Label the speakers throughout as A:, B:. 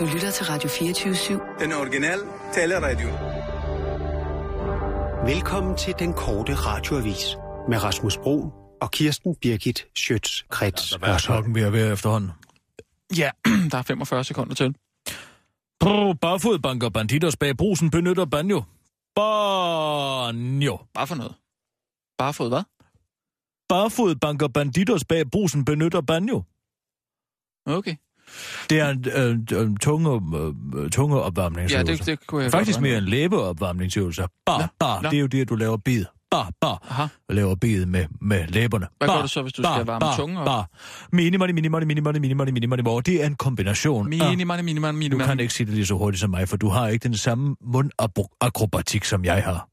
A: Du lytter til Radio 24-7.
B: Den originale taleradio.
C: Velkommen til den korte radioavis med Rasmus Bro og Kirsten Birgit Schøtz-Krets
D: Hvad er klokken ved at være efterhånden?
E: Ja, der er 45 sekunder til.
D: Brr, Bagfod banker banditos bag brusen benytter banjo. Banjo.
E: Bare for noget. Bare fået hvad?
D: Barfod banker banditos bag brusen benytter banjo.
E: Okay.
D: Det er en øh, øh, tunge, øh, tunge
E: Ja, det, det kunne jeg
D: Faktisk
E: godt
D: mere en læbeopvarmningsøvelse. Bar, bar,
E: nå.
D: det er jo det, du laver bid. Bar, bar,
E: Aha.
D: laver bid med, med læberne.
E: Hvad
D: bar,
E: gør du så, hvis du skal varme tungen op?
D: Bar, minimum, minimum, minimum, minimum, minimum, minimum. Det er en kombination af...
E: Minimum, minimum,
D: Ah. Du
E: minimum.
D: kan ikke sige det lige så hurtigt som mig, for du har ikke den samme mundakrobatik, som jeg har.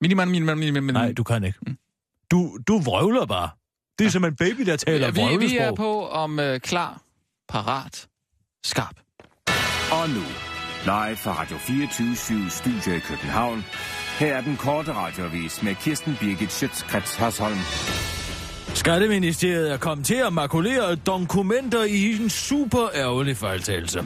E: Minimum, minimum, minimum.
D: Nej, du kan ikke.
E: Mm.
D: Du, du vrøvler bare. Det er som en baby, der taler
E: Ja, vi, vi er
D: vrøvlesprog.
E: på om øh, klar, parat, skarp.
F: Og nu, live fra Radio 24 Studio i København. Her er den korte radiovis med Kirsten Birgit Schøtzgrads Hasholm.
D: Skatteministeriet er kommet til at makulere dokumenter i en super ærgerlig fejltagelse.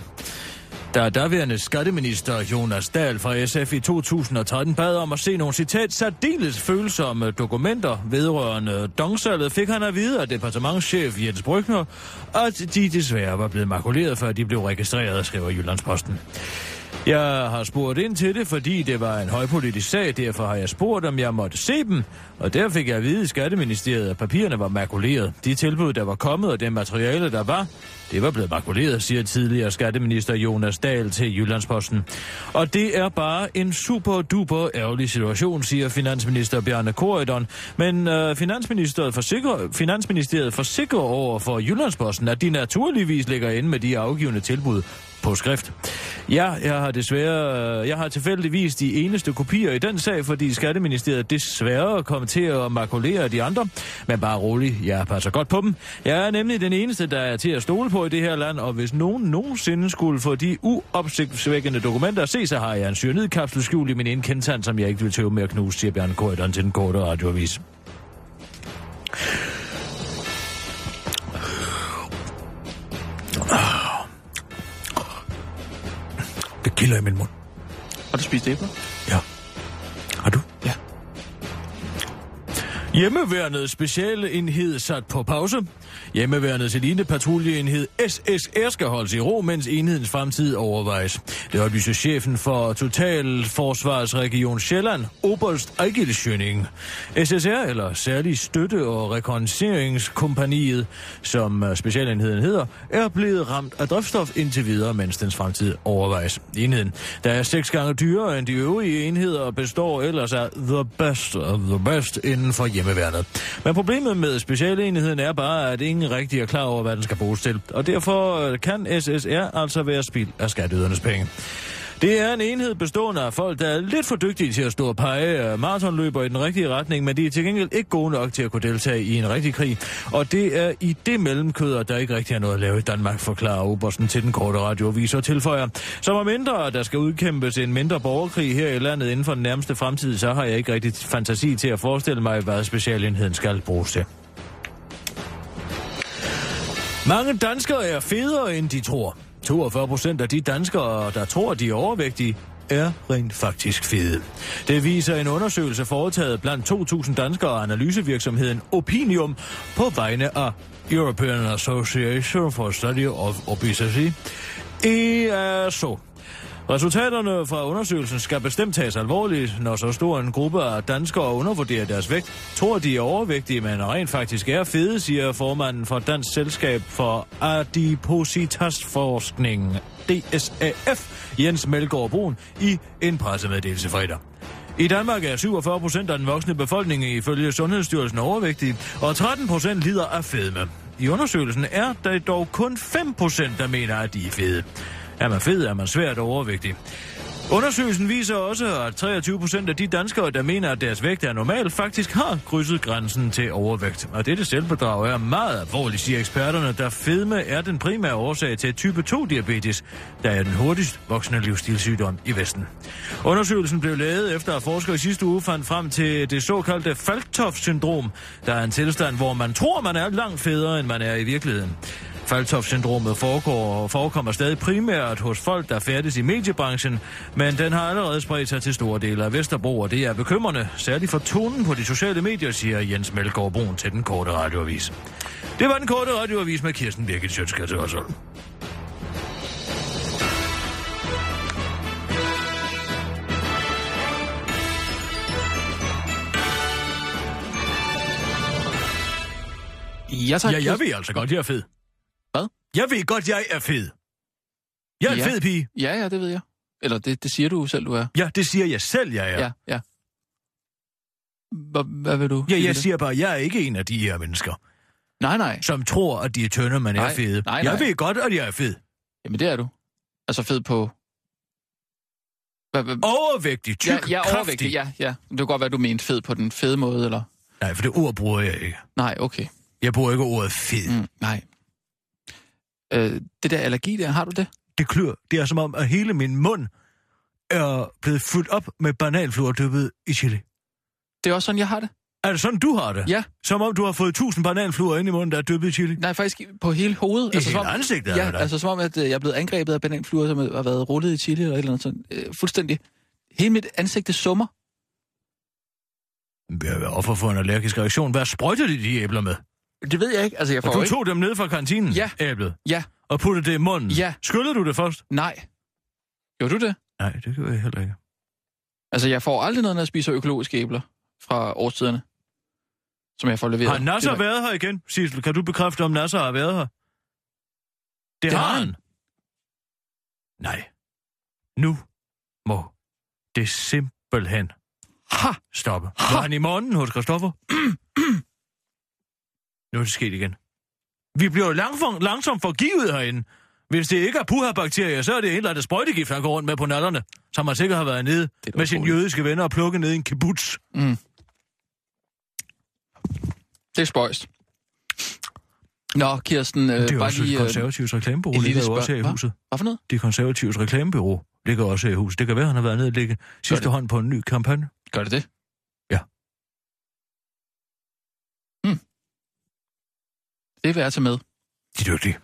D: Da daværende skatteminister Jonas Dahl fra SF i 2013 bad om at se nogle citat særdeles følsomme dokumenter vedrørende dongsalget, fik han at vide af departementschef Jens Brygner, at de desværre var blevet makuleret, før de blev registreret, skriver Jyllandsposten. Jeg har spurgt ind til det, fordi det var en højpolitisk sag, derfor har jeg spurgt, om jeg måtte se dem, og der fik jeg at vide i Skatteministeriet, at papirerne var makuleret. De tilbud, der var kommet, og det materiale, der var, det var blevet makuleret, siger tidligere skatteminister Jonas Dahl til Jyllandsposten. Og det er bare en super duper ærgerlig situation, siger finansminister Bjarne Korydon. Men øh, finansministeriet, forsikrer, finansministeriet forsikrer over for Jyllandsposten, at de naturligvis ligger inde med de afgivende tilbud på skrift. Ja, jeg har desværre, jeg har tilfældigvis de eneste kopier i den sag, fordi Skatteministeriet desværre kom til at makulere de andre. Men bare rolig, jeg passer godt på dem. Jeg er nemlig den eneste, der er til at stole på i det her land, og hvis nogen nogensinde skulle få de uopsigtsvækkende dokumenter at se, så har jeg en cyanidkapsel skjult i min indkendtand, som jeg ikke vil tøve med at knuse, siger Bjørn Korydon til den korte radioavis. Det kilder i min mund.
E: Har du spist æbler?
D: Ja. Har du?
E: Ja.
D: Hjemmeværnets specialenhed sat på pause. Hjemmeværnets elitepatruljeenhed SSR skal holdes i ro, mens enhedens fremtid overvejes. Det oplyser chefen for Totalforsvarsregion Sjælland, Oberst Ejgilsjønning. SSR, eller Særlig Støtte- og Rekognoseringskompaniet, som øh, specialenheden hedder, er blevet ramt af drivstof indtil videre, mens dens fremtid overvejes. Enheden, der er seks gange dyrere end de øvrige enheder, og består ellers af the best of the best inden for hjemmeværnet. Men problemet med specialenheden er bare, at ingen rigtig er klar over, hvad den skal bruges til, og derfor øh, kan SSR altså være spild af skatteydernes penge. Det er en enhed bestående af folk, der er lidt for dygtige til at stå og pege øh, maratonløber i den rigtige retning, men de er til gengæld ikke gode nok til at kunne deltage i en rigtig krig. Og det er i det mellemkød, at der ikke rigtig er noget at lave i Danmark, forklarer Obersten til den korte radioavis og tilføjer. Som er mindre, at der skal udkæmpes en mindre borgerkrig her i landet inden for den nærmeste fremtid, så har jeg ikke rigtig fantasi til at forestille mig, hvad specialenheden skal bruges til. Mange danskere er federe, end de tror. 42 procent af de danskere, der tror, de er overvægtige, er rent faktisk fede. Det viser en undersøgelse foretaget blandt 2.000 danskere og analysevirksomheden Opinium på vegne af European Association for Study of Obesity, E EASO. Resultaterne fra undersøgelsen skal bestemt tages alvorligt, når så stor en gruppe af danskere undervurderer deres vægt, tror de er overvægtige, men rent faktisk er fede, siger formanden for Dansk Selskab for Adipositasforskning, DSAF, Jens Melgaard Brun, i en pressemeddelelse fredag. I Danmark er 47 procent af den voksne befolkning ifølge Sundhedsstyrelsen overvægtige, og 13 procent lider af fedme. I undersøgelsen er der dog kun 5 procent, der mener, at de er fede. Er man fed, er man svært overvægtig. Undersøgelsen viser også, at 23 procent af de danskere, der mener, at deres vægt er normal, faktisk har krydset grænsen til overvægt. Og dette selvbedrag er meget alvorligt, siger eksperterne, da fedme er den primære årsag til type 2-diabetes, der er den hurtigst voksende livsstilssygdom i Vesten. Undersøgelsen blev lavet efter, at forskere i sidste uge fandt frem til det såkaldte Falktoff-syndrom, der er en tilstand, hvor man tror, man er langt federe, end man er i virkeligheden. Faltoff-syndromet foregår og forekommer stadig primært hos folk, der færdes i mediebranchen, men den har allerede spredt sig til store dele af Vesterbro, og det er bekymrende, særligt for tonen på de sociale medier, siger Jens Melgaard Brun til den korte radioavis. Det var den korte radioavis med Kirsten Birgit Sjøtskatte og sådan.
E: Ja, tak.
D: Ja, jeg ved altså godt, jeg er fed.
E: Hvad?
D: Jeg ved godt, jeg er fed. Jeg er ja.
E: Ja.
D: en fed pige.
E: Ja, ja, det ved jeg. Eller det, det siger du selv, du er.
D: Ja, det siger jeg selv, jeg er.
E: ja. ja. Hva- Hvad vil du? sige
D: Ja,
E: med
D: jeg
E: det?
D: siger bare, jeg er ikke en af de her mennesker,
E: Nej, nej.
D: som tror, at de er tynde, men er
E: Nej,
D: fede.
E: nej,
D: Jeg
E: nej.
D: ved godt, at jeg er fed.
E: Jamen, det er du. Altså fed på... Hvad, hvad?
D: Overvægtig, tyk,
E: ja, ja, overvægtig.
D: kraftig.
E: Ja, ja. Det kunne godt være, du mente fed på den fede måde, eller...
D: Nej, for det ord bruger jeg ikke.
E: Nej, okay.
D: Jeg bruger ikke ordet fed. Mm.
E: Mm, nej. Øh, det der allergi der, har du det?
D: Det klør. Det er som om, at hele min mund er blevet fyldt op med bananfluer dyppet i chili.
E: Det er også sådan, jeg har det.
D: Er det sådan, du har det?
E: Ja.
D: Som om du har fået 1000 bananfluer ind i munden, der er dyppet i chili?
E: Nej, faktisk i- på hele hovedet.
D: I altså, hele ansigtet
E: ja,
D: er det.
E: altså som om, at øh, jeg er blevet angrebet af bananfluer, som har været rullet i chili eller et eller andet sådan. Øh, fuldstændig. Hele mit ansigt, det summer.
D: Jeg er offer for en allergisk reaktion. Hvad sprøjter de de æbler med?
E: Det ved jeg ikke. Altså, jeg får
D: Og du
E: ikke...
D: tog dem ned fra kantinen,
E: Ja.
D: æblet,
E: Ja,
D: og puttede det i munden.
E: Ja.
D: Skyllede du det først?
E: nej. Gjorde du det?
D: Nej, det gjorde jeg heller ikke.
E: Altså, jeg får aldrig noget, når jeg spiser økologiske æbler fra årstiderne, som jeg får leveret.
D: Har Nasser
E: Det var-
D: været her igen? Sissel, kan du bekræfte, om Nasser har været her? Det, det har han. Nej. Nu må det simpelthen
E: Ha!
D: stoppe. Var han i morgen hos Christoffer? nu er det sket igen. Vi bliver jo langfor, langsomt forgivet herinde. Hvis det ikke er puha-bakterier, så er det en eller anden sprøjtegift, han går rundt med på natterne, som han sikkert har været nede
E: Det er da
D: med sine
E: utroligt.
D: jødiske venner og plukket ned i en
E: Øh,
D: kibbutz.
E: Det er spøjst. Nå, Kirsten, øh,
D: Det er jo
E: bare
D: også
E: lige...
D: lige,
E: øh,
D: konservatives reklamebureau,
E: et lille
D: ligger jo også her i
E: spørg- hva?
D: huset.
E: Hvad for noget?
D: Det konservatives reklamebureau ligger også her i huset. Det kan være, han har været nede og lægge sidste
E: det.
D: hånd på en ny kampagne.
E: Gør det det?
D: Ja.
E: Hmm. Det vil jeg tage med.
D: De er dygtige.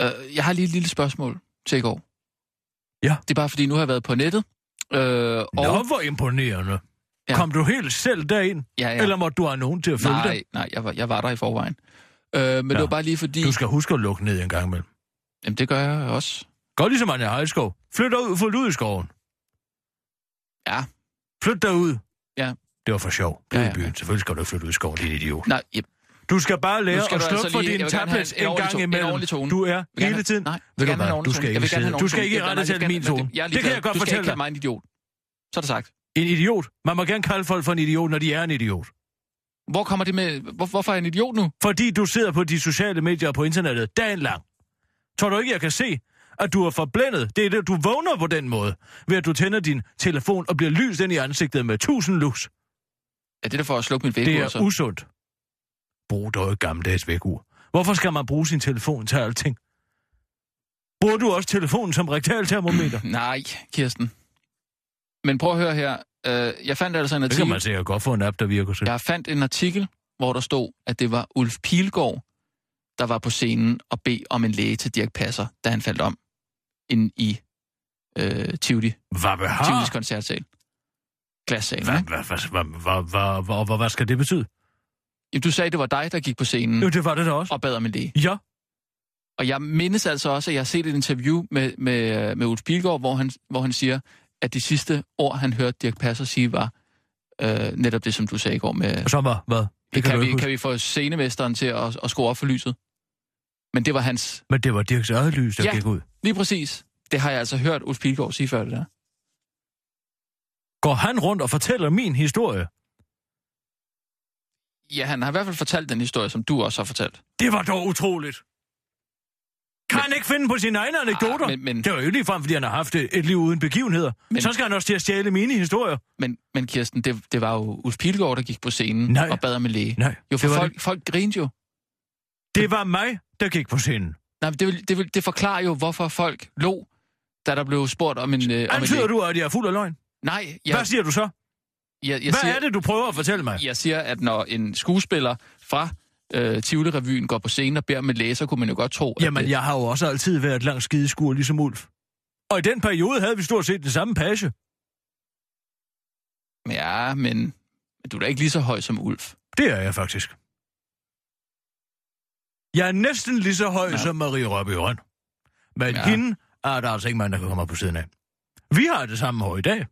E: Øh, jeg har lige et lille spørgsmål til i går.
D: Ja.
E: Det er bare fordi, nu har jeg været på nettet. Øh,
D: Og... Nå,
E: og,
D: hvor imponerende. Ja.
E: Ja.
D: Kom du helt selv derind,
E: ja,
D: ja. eller måtte du have nogen til at følge dig?
E: Nej, nej, jeg var, jeg var der i forvejen. Øh, men det var bare lige fordi...
D: Du skal huske at lukke ned en gang imellem.
E: Jamen, det gør jeg også.
D: Godt ligesom Anja Heilskov. Flyt ud, flyt ud i skoven.
E: Ja.
D: Flyt derud.
E: Ja.
D: Det var for sjov. Bliv
E: Ja,
D: ja,
E: ja,
D: ja. i byen. Selvfølgelig skal du ikke flytte ud i skoven, din idiot.
E: Nej, ja,
D: Du skal bare lære
E: Nu skal
D: at
E: du
D: slukke
E: altså
D: for
E: lige-
D: din
E: jeg vil gerne have
D: tablet
E: en- en
D: en
E: ordentlig
D: gang
E: tone- en
D: imellem.
E: ordentlig tone.
D: Du er
E: gerne
D: hele
E: have-
D: tiden.
E: Nej, jeg
D: Ved
E: vil
D: du
E: gerne have
D: hvad?
E: en
D: Du
E: ordentlig
D: skal
E: tone. Jeg
D: ikke
E: vil gerne have
D: sidde.
E: en
D: Du skal
E: ordentlig
D: ikke
E: tone.
D: rette
E: Jeg
D: til
E: vil
D: min
E: gerne-
D: tone.
E: Jeg er
D: Det kan
E: ligeglad.
D: jeg godt
E: Du skal
D: fortælle
E: ikke
D: dig.
E: kalde mig en idiot. Så er det sagt.
D: En idiot. Man må gerne kalde folk for en idiot, når de er en idiot.
E: Hvor kommer det med... Hvor, hvorfor er jeg en idiot nu?
D: Fordi du sidder på de sociale medier og på internettet dagen lang. Tror du ikke, jeg kan se, at du er forblændet? Det er det, du vågner på den måde, ved at du tænder din telefon og bliver lyst ind i ansigtet med tusind lus.
E: Er det der for at slukke min
D: Det
E: vægge?
D: er usundt. Brug dog et gammeldags vækkeur. Hvorfor skal man bruge sin telefon til alting? Bruger du også telefonen som rektaltermometer?
E: Nej, Kirsten. Men prøv at høre her. Øh, jeg fandt altså en
D: Det kan
E: artikel...
D: man sikkert godt få en app, der virker til.
E: Jeg fandt en artikel, hvor der stod, at det var Ulf Pilgaard, der var på scenen og bed om en læge til Dirk Passer, da han faldt om ind i øh, Tivoli,
D: Hvad behar?
E: Tivolis koncertsal. Glassalen.
D: Ah. Hvad,
E: ikke?
D: hvad, hvad, hvad, hvad, hvad, hvad, hvad, hvad skal det betyde?
E: Jamen, Du sagde, det var dig, der gik på scenen
D: Jo, det var det da også.
E: og bad om en læge.
D: Ja,
E: Og jeg mindes altså også, at jeg har set et interview med, med, øh, med Ulf Pilgaard, hvor han, hvor han siger, at de sidste ord, han hørte Dirk Passer sige, var øh, netop det, som du sagde i går med...
D: og så var hvad?
E: Det
D: du
E: kan,
D: ikke
E: vi,
D: huske.
E: kan vi få scenemesteren til at, at skrue op for lyset? Men det var hans...
D: Men det var Dirks eget lys, der
E: Ja.
D: gik ud.
E: Lige præcis. Det har jeg altså hørt Ulf Pilgaard sige før det der.
D: Går han rundt og fortæller min historie?
E: Ja, han har i hvert fald fortalt den historie, som du også har fortalt.
D: Det var dog utroligt. Kan men, han ikke finde på sine egne anekdoter?
E: Ah, men- men-
D: det var jo ikke ligefrem, fordi han har haft øh, et, et liv uden begivenheder. Men,
E: Men-
D: så skal han også til at stjæle mine historier.
E: Men, men Kirsten, det, det var jo Ulf Pilgaard, der gik på scenen
D: Nej.
E: og bad om en læge.
D: Nej,
E: Jo, for
D: det var
E: folk, det. folk grinede jo.
D: Det var mig, der gik på scenen.
E: Nej, men det, vil, det, vil, det forklarer jo, hvorfor folk lå, da der blev spurgt om en, øh, om en
D: Antyder
E: læge.
D: du, at jeg er fuld af løgn?
E: Nej,
D: Ja.
E: jeg,
D: Hvad siger du så?
E: jeg, jeg,
D: Hvad
E: siger,
D: er det, du prøver at fortælle mig?
E: jeg siger, at når en skuespiller fra øh, Tivoli-revyen går på scenen og beder med læser, kunne man jo godt tro. at
D: Jamen,
E: det-
D: jeg har jo også altid været langt skideskur, ligesom Ulf. Og i den periode havde vi stort set den samme page.
E: Ja, men, men du er da ikke lige så høj som Ulf.
D: Det er jeg faktisk. Jeg er næsten lige så høj
E: Ja.
D: ja. som Marie Rørbjørn. Men
E: Ja.
D: ja. hende er der altså ikke mand, der kan komme op på siden af. Vi har det samme hår i dag.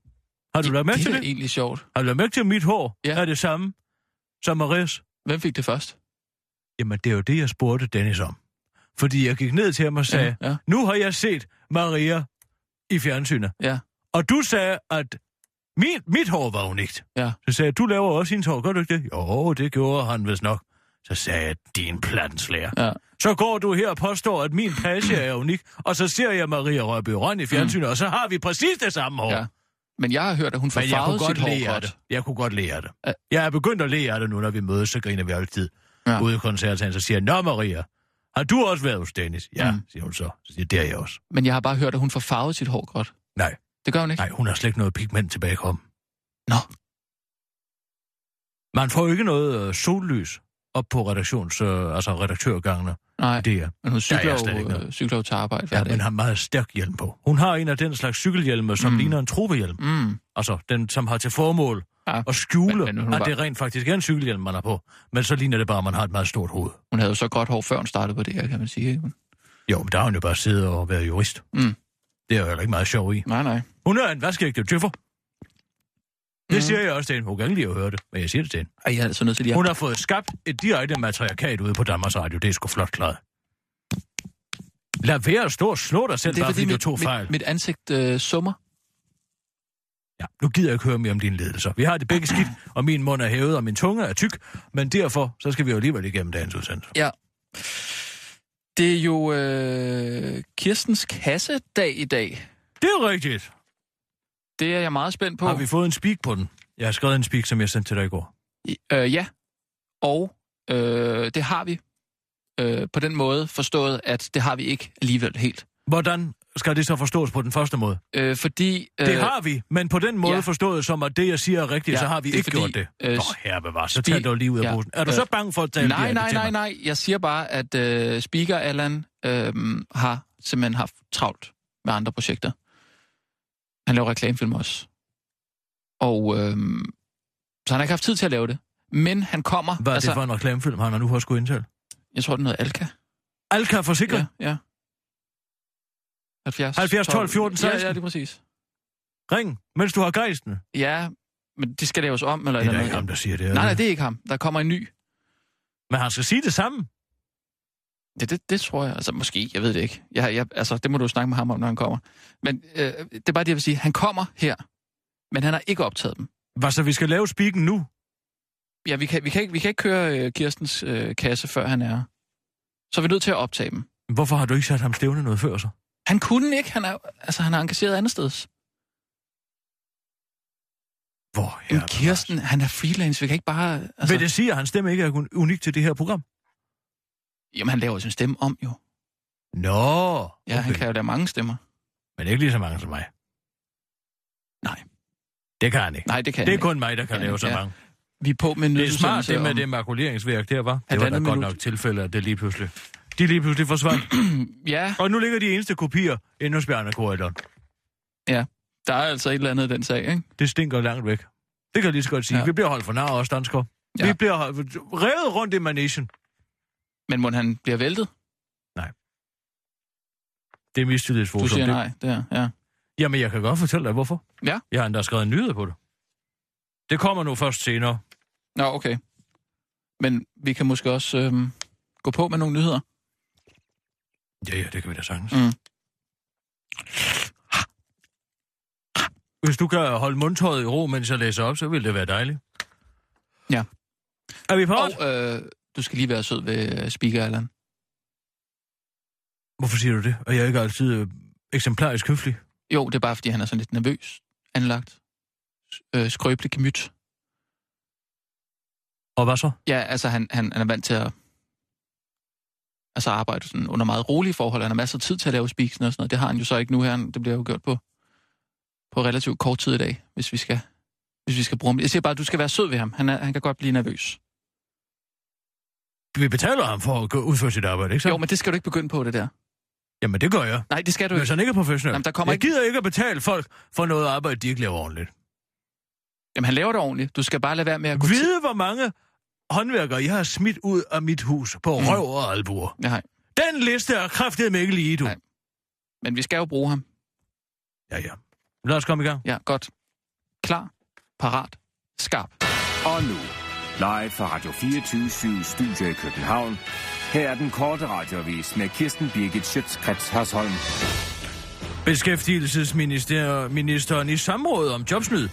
D: Har du lagt mærke
E: det
D: til
E: er da
D: det?
E: egentlig sjovt.
D: Har du lagt mærke til, at mit hår
E: Ja.
D: ja. er det samme som Maries?
E: Hvem fik det først?
D: Jamen, det er jo det, jeg spurgte Dennis om. Fordi jeg gik ned til ham og sagde, ja.
E: ja,
D: nu har jeg set Maria i fjernsynet.
E: ja.
D: Og du sagde, at mit, mit hår var unikt.
E: Ja.
D: Så sagde jeg, du laver også hendes hår, gør du ikke det? Jo, det gjorde han vist nok. Så sagde jeg, din planslærer.
E: Ja.
D: Så går du her og påstår, at min page er unik, og så ser jeg Maria Rødby Røn i fjernsynet, og så har vi præcis det samme hår.
E: Mm. Ja. Men jeg har hørt, at hun får
D: Men jeg kunne
E: farvet sit
D: godt
E: hår
D: lære
E: godt.
D: det. Jeg kunne godt lære det.
E: Ja.
D: Jeg er begyndt at lære det nu, når vi mødes, så griner vi altid.
E: Ja.
D: Ja. Ude i koncertsalen, så siger jeg, Nå Maria, har du også været hos Dennis? Ja,
E: Mm.
D: mm. siger hun så. Så siger jeg, det er jeg også.
E: Men jeg har bare hørt, at hun får farvet sit hår godt.
D: Nej.
E: Det gør hun ikke?
D: Nej, hun har slet ikke noget pigment tilbage kom.
E: Nå.
D: Man får jo ikke noget øh, sollys op på redaktions, øh, altså redaktørgangene.
E: Nej.
D: Det er.
E: Men hun cykler,
D: jeg slet ikke
E: jo,
D: noget.
E: øh, cykler jo til arbejde hver
D: Ja,
E: dag.
D: men har meget stærk hjelm på. Hun har en af den slags cykelhjelme, som
E: Mm.
D: mm. ligner en trobehjelm.
E: Mm.
D: Altså den, som har til formål
E: Ja.
D: ja. at skjule,
E: Men-
D: men,
E: men hun
D: men at
E: var-
D: det rent faktisk er en cykelhjelm, man har på. Men så ligner det bare, at man har et meget stort hoved.
E: Hun havde jo så godt hår, før hun startede på det her, kan man sige. ikke? Men-
D: Jo, men der har hun jo bare siddet og været jurist.
E: Mm.
D: Det er jo heller ikke meget sjov i.
E: Nej, nej.
D: Hun er en vaskeægte tøffer. Det
E: Mm.
D: siger jeg også til hende. Hun kan ikke lide at høre det, men jeg siger det til hende.
E: Ej, jeg er altså nødt til lige
D: Ja.
E: at...
D: Hun har fået skabt et direkte matriarkat ude på Danmarks Radio. Det er sgu flot klaret. Lad være at stå og slå dig selv,
E: det er
D: bare fordi du
E: mit,
D: tog fejl.
E: Mit, mit ansigt øh, summer.
D: Ja, nu gider jeg ikke høre mere om dine ledelser. Vi har det begge skidt, og min mund er hævet, og min tunge er tyk. Men derfor, så skal vi jo alligevel igennem dagens udsendelse.
E: Det er jo øh, Kirstens kassedag i dag.
D: Det er rigtigt.
E: Det er jeg meget spændt på.
D: Har vi fået en speak på den? Jeg har skrevet en speak, som jeg sendte til dig i går.
E: Øh, ja, og øh, det har vi øh, på den måde forstået, at det har vi ikke alligevel helt.
D: Hvordan skal det så forstås på den første måde?
E: Øh, fordi...
D: Øh, det har vi, men på den måde
E: ja.
D: ja. forstået som, at det, jeg siger er rigtigt,
E: Ja,
D: ja, så har vi
E: det er
D: ikke
E: fordi,
D: gjort det.
E: øh,
D: Nå, herre bevar, så
E: Spi-
D: tager du lige ud af
E: ja,
D: ja, posen. Er du
E: øh,
D: så bange for at tale
E: Nej,
D: direkte
E: nej,
D: til mig?
E: nej, nej. Jeg siger bare, at øh, Speaker Allan øh, har simpelthen haft travlt med andre projekter. Han laver reklamefilm også. Og øh, så han har ikke haft tid til at lave det. Men han kommer...
D: Hvad er altså, det for en reklamefilm, han har nu har skulle indtale?
E: Jeg tror, det er noget Alka.
D: Alka Forsikring?
E: Ja, ja. 70,
D: 70, 12, 14,
E: Ja, ja,
D: 16.
E: lige præcis.
D: Ja. Ring, mens du har gejsten. Det
E: Ja, men det skal laves om, eller
D: er da
E: eller
D: ikke ham, der siger det. er
E: Nej, nej,
D: det...
E: det er ikke ham. Der kommer en ny.
D: Men han skal sige det samme.
E: Det, det, det tror jeg. Altså, måske. Jeg ved det ikke. Jeg, jeg, altså, det må du snakke med ham om, når han kommer. Men øh, det er bare det, jeg vil sige. Han kommer her, men han har ikke optaget dem.
D: Hvad så, vi skal lave spikken nu?
E: Ja, vi kan, vi kan, ikke, vi kan ikke køre øh, Kirstens øh, kasse, før han er her. Så er vi nødt til at optage dem.
D: Hvorfor har du ikke sat ham stævne noget før så?
E: Han kunne ikke. Han er, altså, han er engageret andet sted.
D: Hvor
E: Ja, Kirsten, han er freelance. Vi kan ikke bare...
D: Altså...
E: Altså,
D: Vil det sige, at hans stemme ikke er kun- unik til det her program?
E: Jamen, han laver sin stemme om, jo.
D: Nå,
E: Ja, okay. han kan jo lave mange stemmer.
D: men ikke lige så mange som mig.
E: Nej.
D: Det kan han ikke.
E: Nej, det kan
D: det
E: han
D: er
E: ikke.
D: kun mig, der kan
E: Ja,
D: ja, lave så
E: ja.
D: ja. mange.
E: Vi er på med en
D: Det er smart,
E: nyhedsudsendelse
D: det med
E: om-
D: det makuleringsværk der, var. Det var da
E: Halvandet
D: godt
E: minut.
D: nok tilfælde, at det lige pludselig... De lige pludselig forsvandt.
E: Ja,
D: Og nu ligger de eneste kopier inde hos Bjarne Korydon.
E: der er altså et eller andet i den sag, ikke?
D: Det stinker langt væk. Det kan jeg lige så godt sige.
E: Ja.
D: Ja. Vi bliver holdt for nar også, danskere.
E: Ja.
D: Ja. Vi bliver holdt- revet rundt i manation.
E: Men må han bliver væltet?
D: Det er
E: Du
D: mistillidsforum.
E: siger
D: Det-
E: nej, der, ja.
D: Jamen, jeg kan godt fortælle dig, hvorfor.
E: Ja.
D: Jeg har endda skrevet en nyhed på det. Det kommer nu først senere.
E: Nå, okay. Men vi kan måske også øhm, gå på med nogle nyheder.
D: Ja, ja, det kan vi da sagtens.
E: Mm.
D: Hvis du kan holde mundtøjet i ro, mens jeg læser op, så vil det være dejligt.
E: Ja.
D: Er vi på?
E: Og
D: Oh.
E: øh, du skal lige være sød ved øh, Speaker Allan.
D: Hvorfor siger du det? Og jeg er ikke altid øh, eksemplarisk høflig.
E: Jo, det er bare, fordi han er sådan lidt nervøs anlagt. S- Øh, skrøbelig gemyt.
D: Og hvad så?
E: Ja, altså han, han, han er vant til at altså arbejde sådan under meget rolige forhold. Han har masser af tid til at lave speaksen og sådan noget. Det har han jo så ikke nu her. Det bliver jo gjort på, på relativt kort tid i dag, hvis vi skal, hvis vi skal bruge ham. Jeg siger bare, at du skal være sød ved ham. Han, er, han kan godt blive nervøs.
D: vi betaler ham for at gå- udføre sit arbejde, ikke så?
E: Jo, men det skal du ikke begynde på, det der.
D: Jamen, det gør jeg.
E: Nej, det skal du
D: Hvis
E: ikke.
D: han ikke er professionel.
E: Jamen, der kommer
D: jeg
E: ikke-
D: gider ikke at betale folk for noget arbejde, de ikke laver ordentligt.
E: Jamen, han laver det ordentligt. Du skal bare lade være med at gå til...
D: Vide, hvor mange håndværkere jeg har smidt ud af mit hus på
E: Mm.
D: mm. røv og albuer.
E: Nej,
D: Den liste er kraftedeme ikke lige, du.
E: Nej. men vi skal jo bruge ham.
D: Ja, ja. Lad os komme i gang.
E: Ja, godt. Klar, parat, skarp.
F: Og nu, live fra Radio 24 Studio i København. Her er den korte radiovis med Kirsten Birgit Schøtzgrads Hasholm.
D: Beskæftigelsesministeren i samråd om jobsnyd.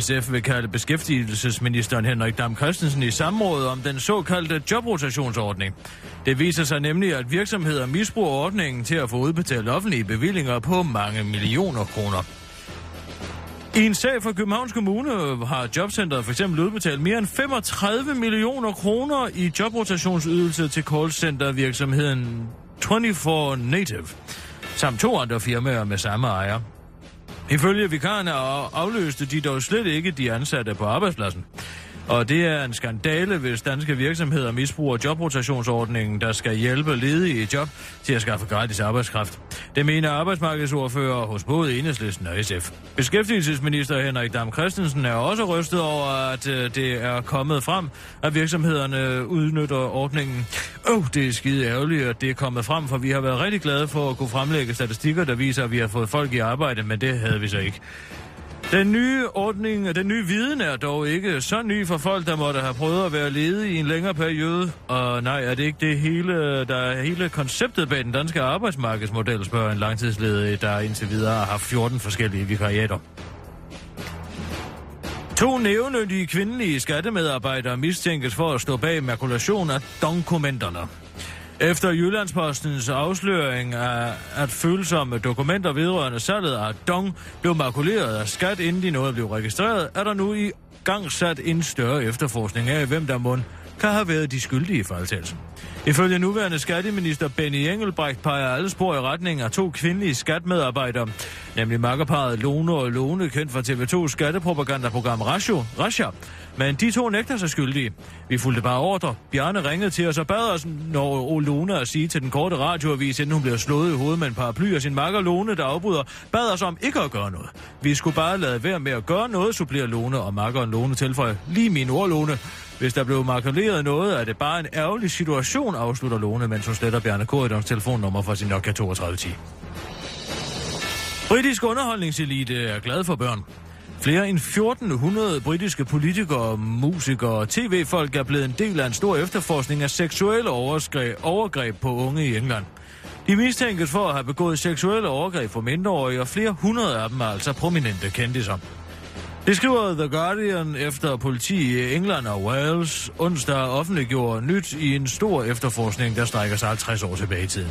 D: SF vil kalde beskæftigelsesministeren Henrik Dam Christensen i samråd om den såkaldte jobrotationsordning. Det viser sig nemlig, at virksomheder misbruger ordningen til at få udbetalt offentlige bevillinger på mange millioner kroner. I en sag fra Københavns Kommune har Jobcentret for eksempel udbetalt mere end 35 millioner kroner i jobrotationsydelse til callcentervirksomheden 24 Native, samt to andre firmaer med samme ejer. Ifølge vikarerne af- afløste de dog slet ikke de ansatte på arbejdspladsen. Og det er en skandale, hvis danske virksomheder misbruger jobrotationsordningen, der skal hjælpe ledige i job til at skaffe gratis arbejdskraft. Det mener arbejdsmarkedsordfører hos både Enhedslisten og SF. Beskæftigelsesminister Henrik Dam Christensen er også rystet over, at øh, det er kommet frem, at virksomhederne udnytter ordningen. Åh, oh, det er skide ærgerligt, at det er kommet frem, for vi har været rigtig glade for at kunne fremlægge statistikker, der viser, at vi har fået folk i arbejde, men det havde vi så ikke. Den nye ordning, den nye viden er dog ikke så ny for folk, der måtte have prøvet at være ledige i en længere periode. Og nej, er det ikke det hele, der er hele konceptet bag den danske arbejdsmarkedsmodel, spørger en langtidsledig, der indtil videre har haft 14 forskellige vikariater. To nævnyttige kvindelige skattemedarbejdere mistænkes for at stå bag makulation af dokumenterne. Efter Jyllandspostens afsløring af, at følsomme dokumenter vedrørende salget af Dong blev makuleret af skat, inden de nåede at blive registreret, er der nu i gang sat en større efterforskning af, hvem der mund kan have været de skyldige i fejltagelsen. Ifølge nuværende skatteminister Benny Engelbrecht peger alle spor i retning af to kvindelige skatmedarbejdere, nemlig makkerparet Lone og Lone, kendt fra TV2's skattepropagandaprogram Ratio, Rasha. Men de to nægter sig skyldige. Vi fulgte bare ordre. Bjarne ringede til os og bad os, når Lone at sige til den korte radioavis, inden hun blev slået i hovedet med en paraply, og sin makker Lone, der afbryder, bad os om ikke at gøre noget. Vi skulle bare lade være med at gøre noget, supplerer Lone, og makkeren Lone tilføjer. Lige min ord, Lone. Hvis der blev makuleret noget, er det bare en ærgerlig situation, afslutter Lone, mens hun sletter Bjarne Korydons telefonnummer fra sin Nokia 3210. Britisk underholdningselite er glad for børn. Flere end 1400 britiske politikere, musikere og tv-folk er blevet en del af en stor efterforskning af seksuelle overgreb, overgreb på unge i England. De mistænkes for at have begået seksuelle overgreb for mindreårige, og flere hundrede af dem er altså prominente kendiser. Det skriver The Guardian efter politi i England og Wales onsdag offentliggjorde nyt i en stor efterforskning, der strækker sig 50 år tilbage i tiden.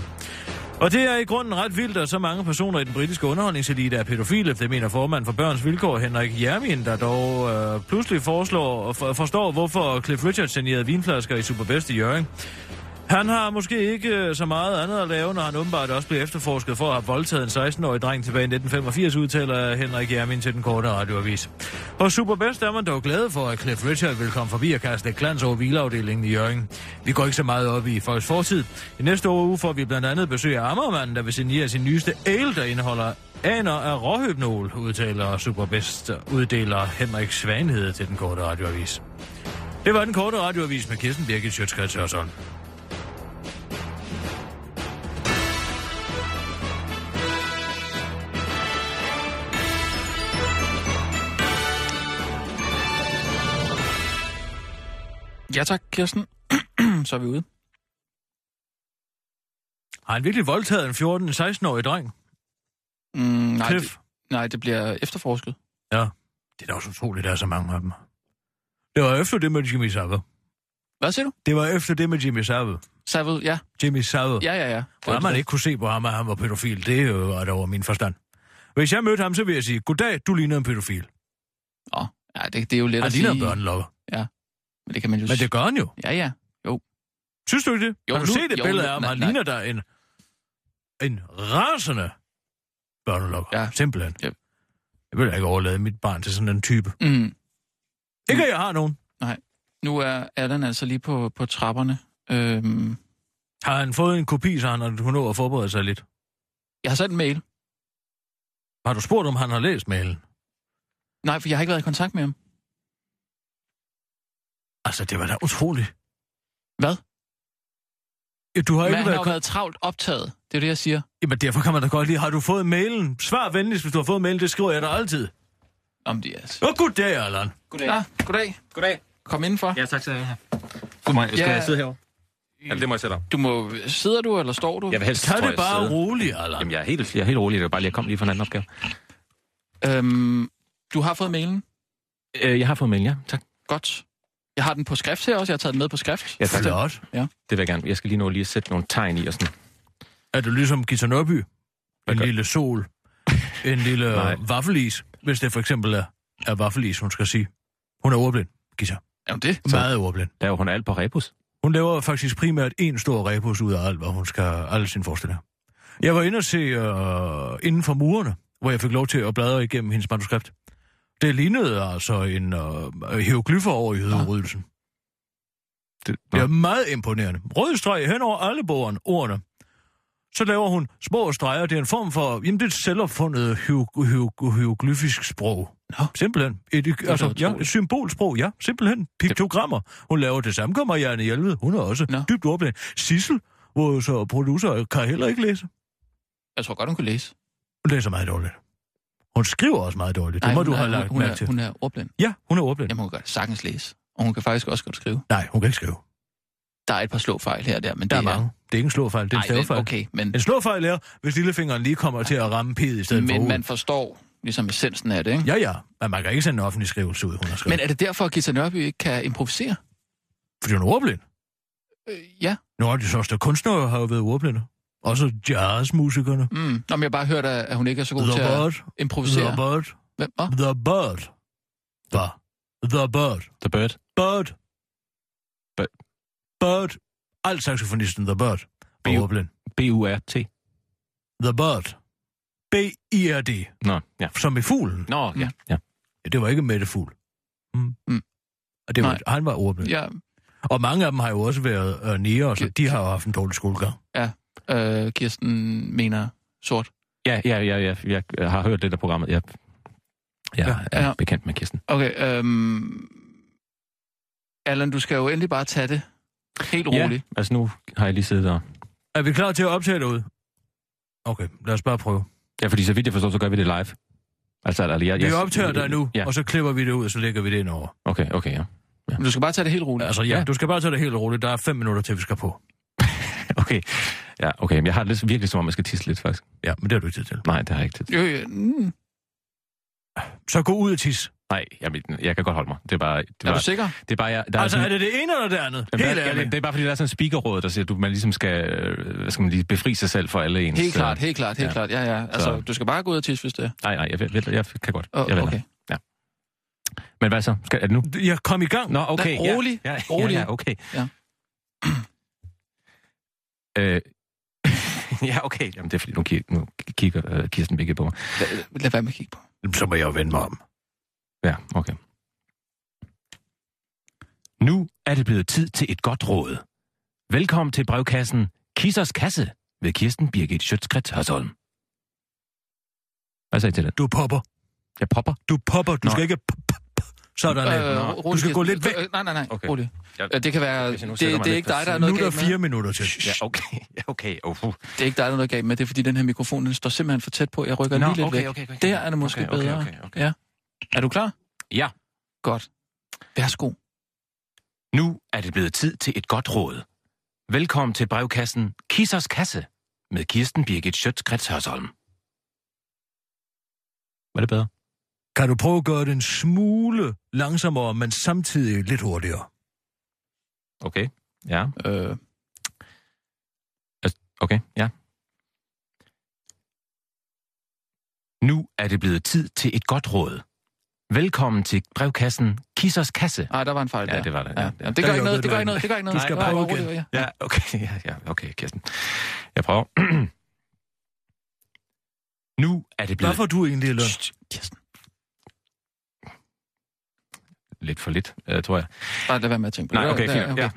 D: Og det er i grunden ret vildt, at så mange personer i den britiske underholdningselite er pædofile, det mener formand for Børns Vilkår Henrik Jermin, der dog øh, pludselig foreslår, for, forstår, hvorfor Cliff Richard signerede vinflasker i Superbest i Jørgen. Han har måske ikke øh, så meget andet at lave, når han åbenbart også bliver efterforsket for at have voldtaget en 16-årig dreng tilbage i 1985, udtaler Henrik Jermin til den korte radioavis. På Superbest er man dog glad for, at Cliff Richard vil komme forbi og kaste et glans over hvileafdelingen i Jørgen. Vi går ikke så meget op i folks fortid. I næste uge får vi blandt andet besøg af Ammermanden, der vil signere sin nyeste ale, der indeholder aner af råhypnol, udtaler Superbest uddeler Henrik Svanhed til den korte radioavis. Det var den korte radioavis med Kirsten Birgit Sjøtskrets Hørsholm.
E: Ja tak, Kirsten. så er vi ude.
D: Har han virkelig voldtaget en 14-16-årig dreng?
E: Mm, nej, det,
D: Cliff?
E: nej, det bliver efterforsket.
D: Ja. Det er da også utroligt, der er så mange af dem. Det var efter det med Jimmy Savile.
E: Hvad siger du?
D: Det var efter det med Jimmy Savile.
E: Savile, ja.
D: Jimmy Savile.
E: Ja, ja, ja.
D: Hvordan man ikke kunne se på ham, at han var pædofil, det øh, var da over min forstand. Hvis jeg mødte ham, så ville jeg sige, goddag, du ligner en pædofil.
E: Nå, ja, det, det er jo let
D: Han
E: at
D: ligner en
E: sige.
D: børnelokker.
E: Men det kan man jo
D: Men det gør han jo.
E: Ja, ja.
D: Synes du ikke det? Jo,
E: Jo,
D: har du
E: nu-
D: set et
E: jo,
D: billede
E: nu-
D: af ham?
E: nej,
D: Han
E: nej.
D: ligner der en, en rasende børnelokker.
E: Ja.
D: Ja. Simpelthen.
E: Ja.
D: Jeg vil da ikke overlade mit barn til sådan en type.
E: Mm.
D: Ikke, at jeg har nogen.
E: Nu er Allan altså lige på, på trapperne Øhm,
D: Har han fået en kopi, så han har kunnet nå at forberede sig lidt?
E: jeg har sendt en mail.
D: Har du spurgt, om han har læst mailen?
E: Nej, for jeg har ikke været i kontakt med ham.
D: Altså, det var da utroligt.
E: Hvad?
D: Ja, Du har
E: Men
D: ikke
E: han har
D: været...
E: jo
D: Været...
E: været travlt optaget. Det er det, jeg siger.
D: Jamen, derfor kan man da godt lide. Har du fået mailen? Svar venligst, hvis du har fået mailen. Det skriver jeg dig altid.
E: Om det er altså.
D: Åh, oh, goddag, Allan.
E: Goddag. Ah, goddag.
G: Goddag.
E: Kom indenfor.
G: Ja, tak skal jeg have. Gud, mig, skal
E: Ja.
G: jeg sidde herovre? Ja, det må jeg selv om.
E: Du må... Sidder du, eller står du?
G: Jeg vil helst,
D: Tag
G: tror
D: det
G: jeg,
D: bare
G: sidde.
D: roligt, Allan.
G: Jamen, jeg er helt, jeg er helt rolig. Det var bare lige, jeg kom lige fra en anden opgave.
E: Øhm, du har fået mailen.
G: Øh, jeg har fået mail, ja. Tak.
E: Godt. Jeg har den på skrift her også. Jeg har taget den med på skrift.
G: Ja, tak.
D: Flot.
G: Det vil jeg gerne. Jeg skal lige nå lige at sætte nogle tegn i og sådan.
D: Er du ligesom Gita Nørby? En
G: gør-
D: lille sol. En lille
G: Nej.
D: vaffelis. Hvis det for eksempel er, er vaffelis, hun skal sige. Hun er ordblind, Gita.
E: Jamen det.
D: Meget ordblind.
G: Der er jo hun alt på rebus.
D: Hun laver faktisk primært en stor rebus ud af alt, hvad hun skal alle sine forestillinger. Jeg var inde og se øh, Inden for murene, hvor jeg fik lov til at bladre igennem hendes manuskript. Det lignede altså en øh, hieroglyffer over i jødeudryddelsen.
G: Det,
D: Det er
G: ja.
D: meget imponerende. Rød streg hen over alle bordene, ordene. Så laver hun små streger. Det er en form for, jamen det er et selvopfundet hierog- hierog- hieroglyfisk sprog.
E: Nå.
D: Simpelthen. Et,
E: da
D: altså, ja,
E: utroligt.
D: et symbolsprog, ja. Simpelthen. Piktogrammer. Hun laver det samme, kommer Janne Hjelved. Hun er også
E: Nå.
D: Nå. dybt ordblind. Sissel, hvor så producer, kan heller ikke læse.
E: Jeg tror godt, hun kunne læse.
D: Hun læser meget dårligt. Hun skriver også meget dårligt.
E: Nej,
D: det må
E: hun
D: du
E: er-
D: have lagt
E: hun, hun,
D: mærke
E: er,
D: til.
E: hun er ordblind.
D: Ja, hun er ordblind.
E: Jamen, hun kan sagtens læse. Og hun kan faktisk også godt skrive.
D: Nej, hun kan ikke skrive.
E: Der er et par slåfejl her og der, men
D: Der er
E: det
D: mange. Det er ikke en slåfejl, det er en
E: Ej, men-
D: stavefejl.
E: Okay, men,
D: En slåfejl er, hvis lillefingeren lige kommer til at ramme pidet i stedet for
E: men
D: hovedet.
E: man forstår ligesom essensen af det, ikke?
D: Ja, ja. Men man kan ikke sende en offentlig skrivelse ud, hun har skrevet.
E: Men
D: Men...
E: er det derfor, at Gita Nørby ikke kan improvisere?
D: Fordi hun er ordblind.
E: Øh, ja.
D: Nogle af de største kunstnere har jo været ordblinde. Også jazzmusikerne.
E: Mm. Nå, men jeg bare hørte, at hun ikke er så god
D: The
E: til at
D: Bird.
E: improvisere.
D: The Bird.
E: Hvem? Hva?
D: The Bird. Ba. The Bird.
G: The Bird.
D: Bird.
G: Ba-
D: Bird. Alt saxofonisten The Bird.
G: B-
D: Var ordblind.
G: B-U-R-T.
D: The Bird. B-I-R-D.
G: Nå, ja.
D: Som i fuglen.
G: Nå, ja. ja.
D: Ja, Det var ikke Mette Fugl. Mm.
E: Mm.
D: Og det var,
E: Nej.
D: han var ordblind.
E: Ja,
D: Og mange af dem har jo også været øh, nære, så
E: Gi-
D: de har jo haft en dårlig skolegang.
E: øh, Kirsten mener sort.
G: Ja, ja, ja, ja. Jeg øh, har hørt det der programmet. Jeg, jeg
E: Ja,
G: ja,
E: ja.
G: er bekendt med Kirsten.
E: Okay, øhm... Allan, du skal jo endelig bare tage det helt roligt.
G: Ja, altså nu har jeg lige siddet og...
D: Er vi klar til at optage det ud? Okay, lad os bare prøve.
G: Ja, fordi så vidt jeg forstår, så gør vi det live. Altså, eller, jeg,
D: Vi
G: jeg-
D: optager dig nu,
G: Ja,
D: og så klipper vi det ud, og så lægger vi det ind over.
G: okay, okay, ja.
E: Ja. Du skal bare tage det helt roligt.
D: Altså ja, du skal bare tage det helt roligt. Der er fem minutter til, vi skal på.
G: Okay, ja, okay. Men jeg har det lidt- virkelig som om, jeg skal tisse lidt, faktisk.
D: Ja, men det har du ikke tid til.
G: Nej, det har jeg ikke tid til.
E: Jo, jo, mm.
D: Så gå ud og tis.
G: Nej, jamen, jeg kan godt holde mig. Det er bare... Det er
E: Er du
G: bare,
E: sikker?
G: det er bare jeg, der
D: Altså,
G: er
D: er
G: sådan,
D: det det ene eller det andet?
G: Jamen,
D: Helt
G: der, jamen,
D: ærligt.
G: det er bare fordi, der er sådan en speakerråd, der siger, at du, man ligesom skal, øh, hvad skal man lige befri sig selv for alle ens... øh,
E: Helt klart, helt klart, helt
G: ja.
E: klart. Ja, ja. Altså,
G: Så-
E: du skal bare gå ud og tisse, hvis det er.
G: Nej, nej, jeg, jeg, jeg, jeg kan godt.
E: Åh,
G: jeg venter.
E: okay.
G: Men hvad så? Skal, er det nu?
D: Jeg kom i gang.
G: Nå, okay.
E: Nej, rolig,
G: ja, ja,
E: rolig.
G: Ja, ja, okay.
E: Ja.
G: øh, ja, okay. Jamen, det er fordi, nu, kig, nu kigger øh, Kirsten Bække på mig.
E: Lad, lad være med at kigge på.
D: Så må jeg jo vende mig om.
G: Ja, okay. Nu er det blevet tid til et godt råd. Velkommen til brevkassen Kissers Kasse ved Kirsten Birgit Schøtzgrads Hørsholm. Hvad sagde I til det?
D: Du popper.
G: Jeg popper.
D: Du popper. Du
G: Nå.
D: skal ikke... p- p- p- Sådan øh,
G: nå.
E: rolig,
D: Du skal gå
E: Kirsten.
D: lidt væk.
E: Øh, Nej, nej, nej. Okay.
G: Okay.
E: Rolig.
G: Ja.
E: Øh, Det kan være...
G: Hvis jeg nu
E: Det,
G: sætter mig
E: det er
G: lidt
E: ikke dig, der er
D: Nu
E: noget
D: er der
E: galt med.
D: fire minutter til.
G: Ja, okay. Ja, okay. Oh, uh.
E: Det er ikke dig, der er noget galt med. Det er fordi, den her mikrofon, den står simpelthen for tæt på. Jeg rykker lige lidt væk.
G: okay, okay.
E: Der er det måske
G: okay,
E: bedre.
G: Okay, okay, okay.
E: Ja. Er du klar?
G: Ja.
E: Godt. Værsgo.
G: Nu er det blevet tid til et godt råd. Velkommen til brevkassen Kissers Kasse med Kirsten Birgit Schøtzgrads Hørsholm. Var det bedre?
D: Kan du prøve at gøre det en smule langsommere, men samtidig lidt hurtigere?
G: Okay. Ja.
E: Øh,
G: Okay, ja. Nu er det blevet tid til et godt råd. Velkommen til brevkassen Kissers Kasse.
E: ej, der var en fejl der.
G: Ja, det var det.
E: Ja,
G: Ja,
E: ja.
G: ja.
E: Jamen, det
D: Der
E: gør
D: er
E: ikke noget,
D: jo
E: det gør
D: lidt
E: ikke noget, det gør ikke noget.
D: Du skal
E: Nej,
D: prøve
E: rolig,
D: igen.
E: rolig, ja.
G: Ja, okay, ja, ja, okay, Kirsten. Jeg prøver. nu er det
D: Hvad
G: blevet
D: får du egentlig i løn?
E: Shh, Kirsten,
G: lidt for lidt, øh, tror jeg.
E: bare lad være med at tænke på
G: Nej,
E: det.
G: okay, fint. Ja.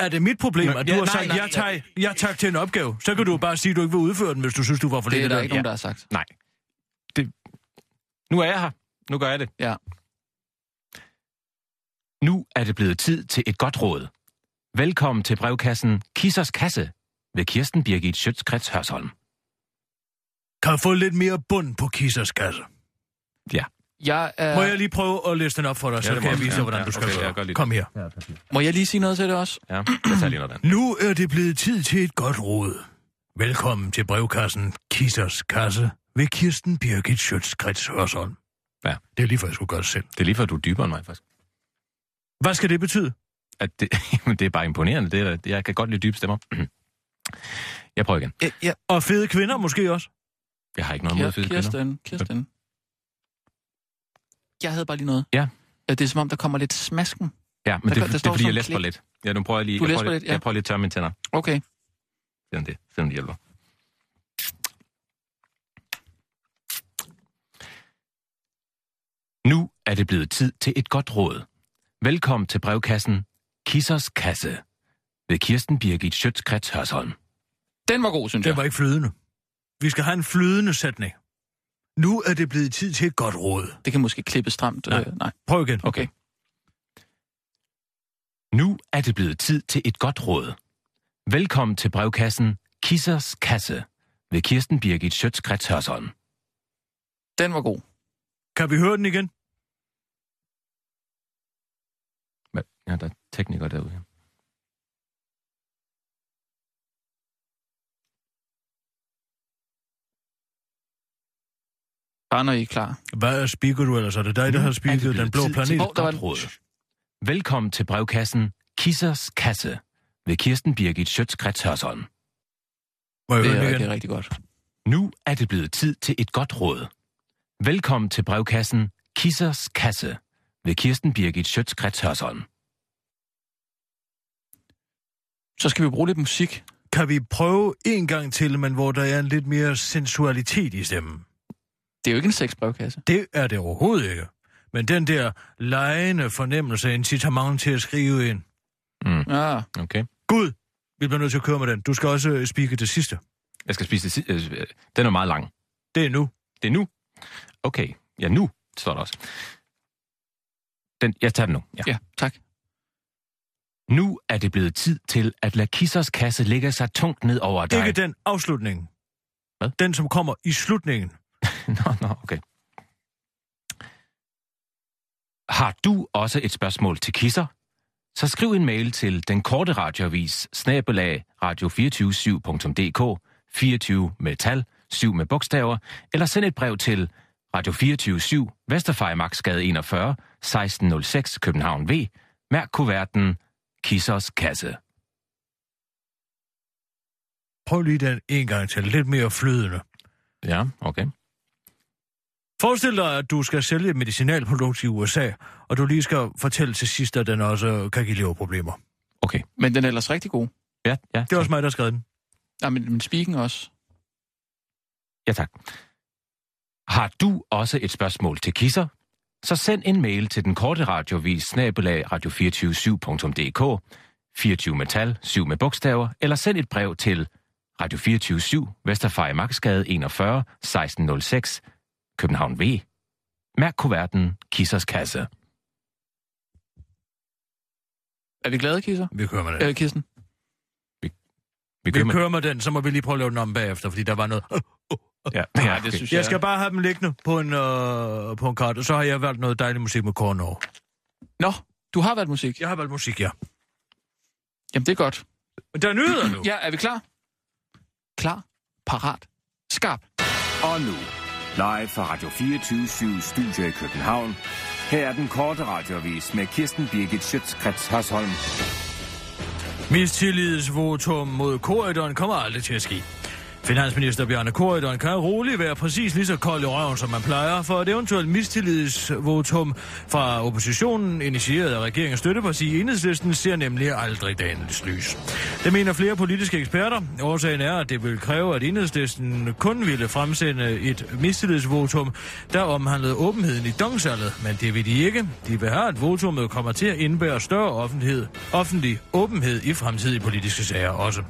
D: Er det mit problem,
G: Nå,
D: at du
G: ja,
D: har
G: nej,
D: sagt,
G: nej,
D: ja, tak, ja tak til en opgave? Så kan du jo bare sige, at du ikke vil udføre den, hvis du synes, du var for
E: Det er
D: lidt.
E: der ikke nogen,
G: ja.
E: der har sagt.
G: Nej. Det... Nu er jeg her. Nu gør jeg det.
E: Ja.
G: Nu er det blevet tid til et godt råd. Velkommen til brevkassen Kissers Kasse ved Kirsten Birgit Schøtzgrads Hørsholm.
D: Kan jeg få lidt mere bund på Kissers kasse?
E: Jeg er...
D: Må jeg lige prøve at læse den op for dig, så
G: det
D: kan
G: må
D: jeg
G: du.
D: vise
G: Ja,
D: dig, hvordan
G: ja,
D: du skal
G: okay,
D: gøre.
G: jeg gør lige det.
D: Kom her.
E: Må jeg lige sige noget til det også?
G: Ja, jeg tager lige noget vand.
D: Nu er det blevet tid til et godt råd. Velkommen til brevkassen Kissers Kasse ved Kirsten Birgit Schøtzgrads Hørsholm.
G: Ja.
D: Det er lige før, jeg skulle gøre det selv.
G: Det er lige før, du er dybere end mig, faktisk.
D: Hvad skal det betyde?
G: At det, jamen, det er bare imponerende. Det er, da- jeg kan godt lide dybe stemmer. Jeg prøver igen.
E: Ja, ja.
D: Og fede kvinder måske også?
G: Jeg har ikke noget mod fede kvinder.
E: Kirsten, Kirsten. Jeg havde bare lige noget.
G: Ja.
E: Øh, Det er som om, der kommer lidt smasken.
G: Ja, men
E: Der
G: det,
E: gør- der
G: det
E: står
G: er fordi,
E: sådan
G: jeg
E: en
G: læsper
E: klik.
G: lidt. Ja, nu prøver jeg lige.
E: Du
G: jeg prøver
E: læsper
G: lidt,
E: lidt, ja.
G: Jeg prøver lige at tørre mine tænder.
E: Okay.
G: Selvom det, selvom det hjælper. Nu er det blevet tid til et godt råd. Velkommen til brevkassen Kissers Kasse ved Kirsten Birgit Schøtzgrads Hørsholm.
E: Den var god, synes jeg.
D: Det var ikke flydende. Vi skal have en flydende sætning. Nu er det blevet tid til et godt råd.
E: Det kan måske klippe stramt.
G: Nej.
E: Nej. Øh, nej.
D: Prøv igen.
E: Okay.
G: Nu er det blevet tid til et godt råd. Velkommen til brevkassen Kissers Kasse ved Kirsten Birgit Schøtzgrads Hørsholm.
E: Den var god.
D: Kan vi høre den igen?
G: Ja, der er teknikere derude. ja.
E: Bare når I er klar.
D: Hvad er speaker du ellers? Er det dig, der
G: Nu
D: har
G: er det
D: speaket den
G: blevet
D: blå
G: tid til-
D: planet?
E: Hov, der var den.
G: Råd. Velkommen til brevkassen Kissers Kasse ved Kirsten Birgit Schøtzgrads Hørsholm.
D: Må jeg
E: Det
D: høre den
E: er,
D: igen?
E: det er rigtig godt.
G: Nu er det blevet tid til et godt råd. Velkommen til brevkassen Kissers Kasse ved Kirsten Birgit Schøtzgrads Hørsholm.
E: Så skal vi bruge lidt musik.
D: Kan vi prøve en gang til, men hvor der er lidt mere sensualitet i stemmen?
E: Det er jo ikke en sexbrevkasse.
D: Det er det overhovedet ikke. Men den der lejende fornemmelse af incitament til at skrive ind.
E: Ja,
G: Okay.
D: Gud, vi bliver nødt til at køre med den. Du skal også øh, speake det sidste.
G: Jeg skal spise det si- øh, øh, Den er meget lang.
D: Det er nu.
G: Det er nu. Okay. Ja, nu står der også. Den, jeg tager den nu. Ja.
E: ja tak.
G: Nu er det blevet tid til, at lade Kissers Kasse lægge sig tungt ned over dig.
D: Nej. Ikke den afslutning.
G: Hvad?
D: Den, som kommer i slutningen.
G: Nå, nå, okay. Har du også et spørgsmål til Kisser? Så skriv en mail til den korte radioavis snabelag radio247.dk 24 med tal, 7 med bogstaver, eller send et brev til Radio 247 Vesterfejmarksgade 41 1606 København V. Mærk kuverten Kissers Kasse.
D: Prøv lige den en gang til. Lidt mere flydende.
G: Ja, okay.
D: Forestil dig, at du skal sælge et medicinalprodukt i USA, og du lige skal fortælle til sidst, at den også kan give leverproblemer.
G: Okay.
E: Men den er ellers rigtig god.
G: Ja, ja.
D: Det er også mig, der har skrevet den.
E: Nej, men, men spiken også.
G: Ja tak. Har du også et spørgsmål til Kisser? Så send en mail til den korte radiovis snabelag radio247.dk 24 med tal, 7 med bogstaver, eller send et brev til Radio 247 Vesterfej Magtsgade 41 1606 København V. Mærk kuverten Kissers Kasse.
E: Er vi glade, Kisser?
D: Vi kører med den.
E: Øh, Kirsten?
G: Vi
D: Vi
G: kører med.
D: kører med den, så må vi lige prøve at lave den om bagefter, fordi der var noget...
G: Ja, ja,
E: Nej, det
G: okay.
E: synes jeg...
D: Jeg skal bare have dem liggende på en, øh, på en kart, og så har jeg valgt noget dejlig musik med Korn over.
E: Nå, du har valgt musik.
D: Jeg har valgt musik, ja.
E: Jamen, det er godt.
D: Men der er nyheder nu.
E: Ja, er vi klar? Klar, parat, skarp.
F: Og nu, live fra Radio 24 Studio i København. Her er den korte radiovis med Kirsten Birgit Schøtzgrads Hasholm.
D: Mistillidsvotum mod korridoren kommer aldrig til at ske. Finansminister Bjarne Korydon kan roligt være præcis lige så kold i røven, som man plejer, for et eventuelt mistillidsvotum fra oppositionen, initieret af regeringens støtteparti Enhedslisten, ser nemlig aldrig dagens lys. Det mener flere politiske eksperter. Årsagen er, at det vil kræve, at Enhedslisten kun ville fremsende et mistillidsvotum, der omhandlede åbenheden i domsalget, men det vil de ikke. De vil have, at votummet kommer til at indebære større offentlighed, offentlig åbenhed i fremtidige politiske sager også.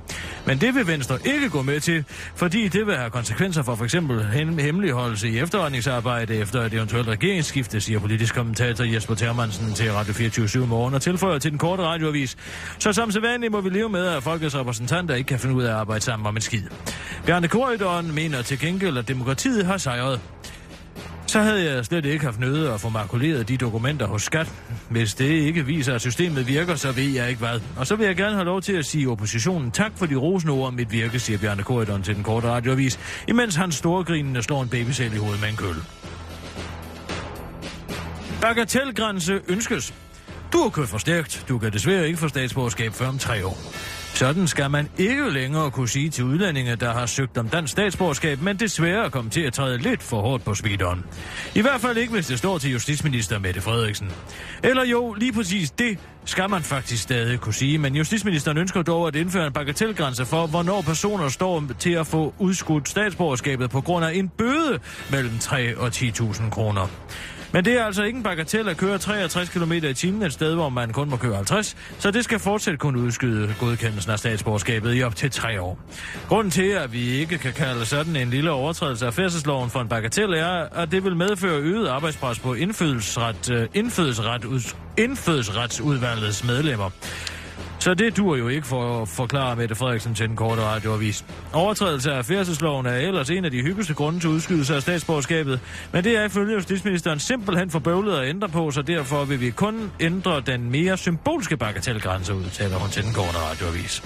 D: Men det vil Venstre ikke gå med til, fordi det vil have konsekvenser for f.eks. hemmeligholdelse i efterretningsarbejde efter et eventuelt regeringsskifte, siger politisk kommentator Jesper Thermansen til Radio 24 morgen og tilføjer til den korte radioavis. Så som sædvanligt må vi leve med, at folkets repræsentanter ikke kan finde ud af at arbejde sammen om en skid. Bjarne Korridoren mener til gengæld, at demokratiet har sejret. Så havde jeg slet ikke haft nøde at få makuleret de dokumenter hos skat. Hvis det ikke viser, at systemet virker, så ved jeg ikke hvad. Og så vil jeg gerne have lov til at sige oppositionen tak for de rosende ord om mit virke, siger Bjarne Korydon til den korte radioavis, imens han storegrinende slår en babysæl i hovedet med en kølle. Bagatelgrænse ønskes. Du kan for stærkt. Du kan desværre ikke få statsborgerskab før om tre år. Sådan skal man ikke længere kunne sige til udlændinge, der har søgt om dansk statsborgerskab, men desværre er kommet til at træde lidt for hårdt på speederen. I hvert fald ikke, hvis det står til justitsminister Mette Frederiksen. Eller jo, lige præcis det skal man faktisk stadig kunne sige, men justitsministeren ønsker dog at indføre en bagatelgrænse for, hvornår personer står til at få udskudt statsborgerskabet på grund af en bøde mellem 3 og 10.000 kroner. Men det er altså ikke en bagatel at køre 63 km i timen et sted, hvor man kun må køre 50, så det skal fortsat kun udskyde godkendelsen af statsborgerskabet i op til tre år. Grunden til, at vi ikke kan kalde sådan en lille overtrædelse af færdselsloven for en bagatel, er, at det vil medføre øget arbejdspres på indfødsret, indfødsret, indfødsretsudvalgets medlemmer. Så det dur jo ikke for at forklare Mette Frederiksen til den korte radioavis. Overtrædelse af færdselsloven er ellers en af de hyppigste grunde til udskydelse af statsborgerskabet, men det er ifølge justitsministeren simpelthen for bøvlet at ændre på, så derfor vil vi kun ændre den mere symbolske bagatelgrænse, udtaler hun til den korte radioavis.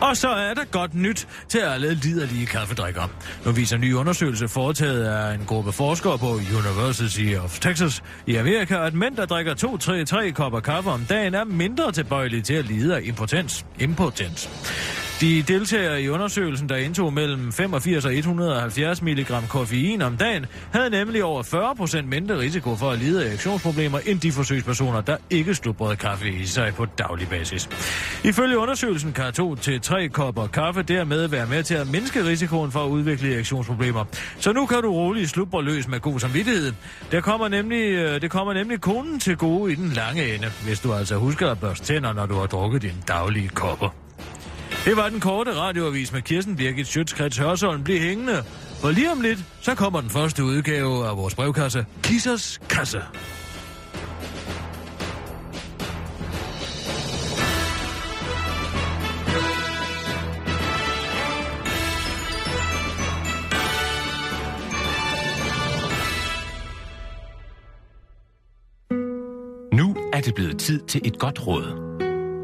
D: Og så er der godt nyt til alle liderlige kaffedrikkere. Nu viser en ny undersøgelse foretaget af en gruppe forskere på University of Texas i Amerika, at mænd, der drikker 2-3-3 kopper kaffe om dagen, er mindre tilbøjelige til at lide af impotens. impotens. De deltager i undersøgelsen, der indtog mellem 85 og 170 mg koffein om dagen, havde nemlig over 40 mindre risiko for at lide af erektionsproblemer end de forsøgspersoner, der ikke slubrede kaffe i sig på daglig basis. Ifølge undersøgelsen kan 2 til 3 kopper kaffe dermed være med til at mindske risikoen for at udvikle erektionsproblemer. Så nu kan du roligt slubre løs med god samvittighed. Det kommer nemlig, øh, det kommer nemlig konen til gode i den lange ende, hvis du altså husker at børste tænder, når du har drukket dine daglige kopper. Det var den korte radioavis med Kirsten Birgit Sjøtskrets Hørsholm. Bliv hængende, for lige om lidt, så kommer den første udgave af vores brevkasse, Kissers Kasse.
G: Nu er det blevet tid til et godt råd.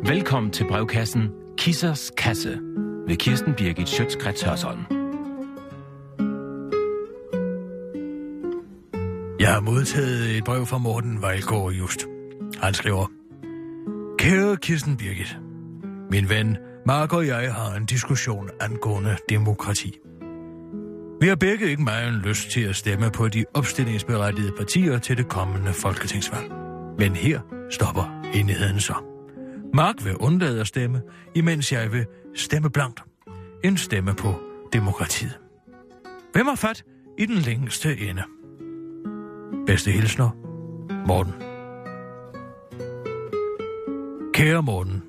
G: Velkommen til brevkassen Kissers Kasse ved Kirsten Birgit Schøtzgrads Hørsholm.
D: Jeg har modtaget et brev fra Morten Vejlgaard Just. Han skriver, Kære Kirsten Birgit, min ven, Mark og jeg har en diskussion angående demokrati. Vi har begge ikke meget lyst til at stemme på de opstillingsberettigede partier til det kommende folketingsvalg. Men her stopper enigheden så. Mark vil undlade at stemme, imens jeg vil stemme blankt. En stemme på demokratiet. Hvem har fat i den længste ende? Bedste hilsner, Morten. Kære Morten,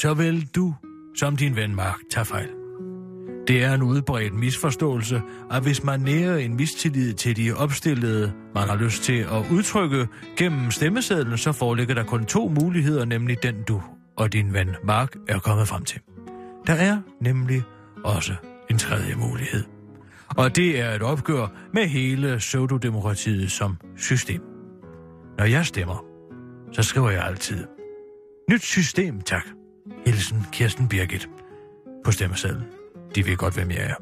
D: såvel du som din ven Mark tager fejl. Det er en udbredt misforståelse, at hvis man nærer en mistillid til de opstillede, man har lyst til at udtrykke gennem stemmesedlen, så foreligger der kun to muligheder, nemlig den du og din ven Mark er kommet frem til. Der er nemlig også en tredje mulighed. Og det er et opgør med hele pseudodemokratiet som system. Når jeg stemmer, så skriver jeg altid, nyt system, tak. Hilsen Kirsten Birgit på stemmesedlen. De ved godt, hvem jeg er.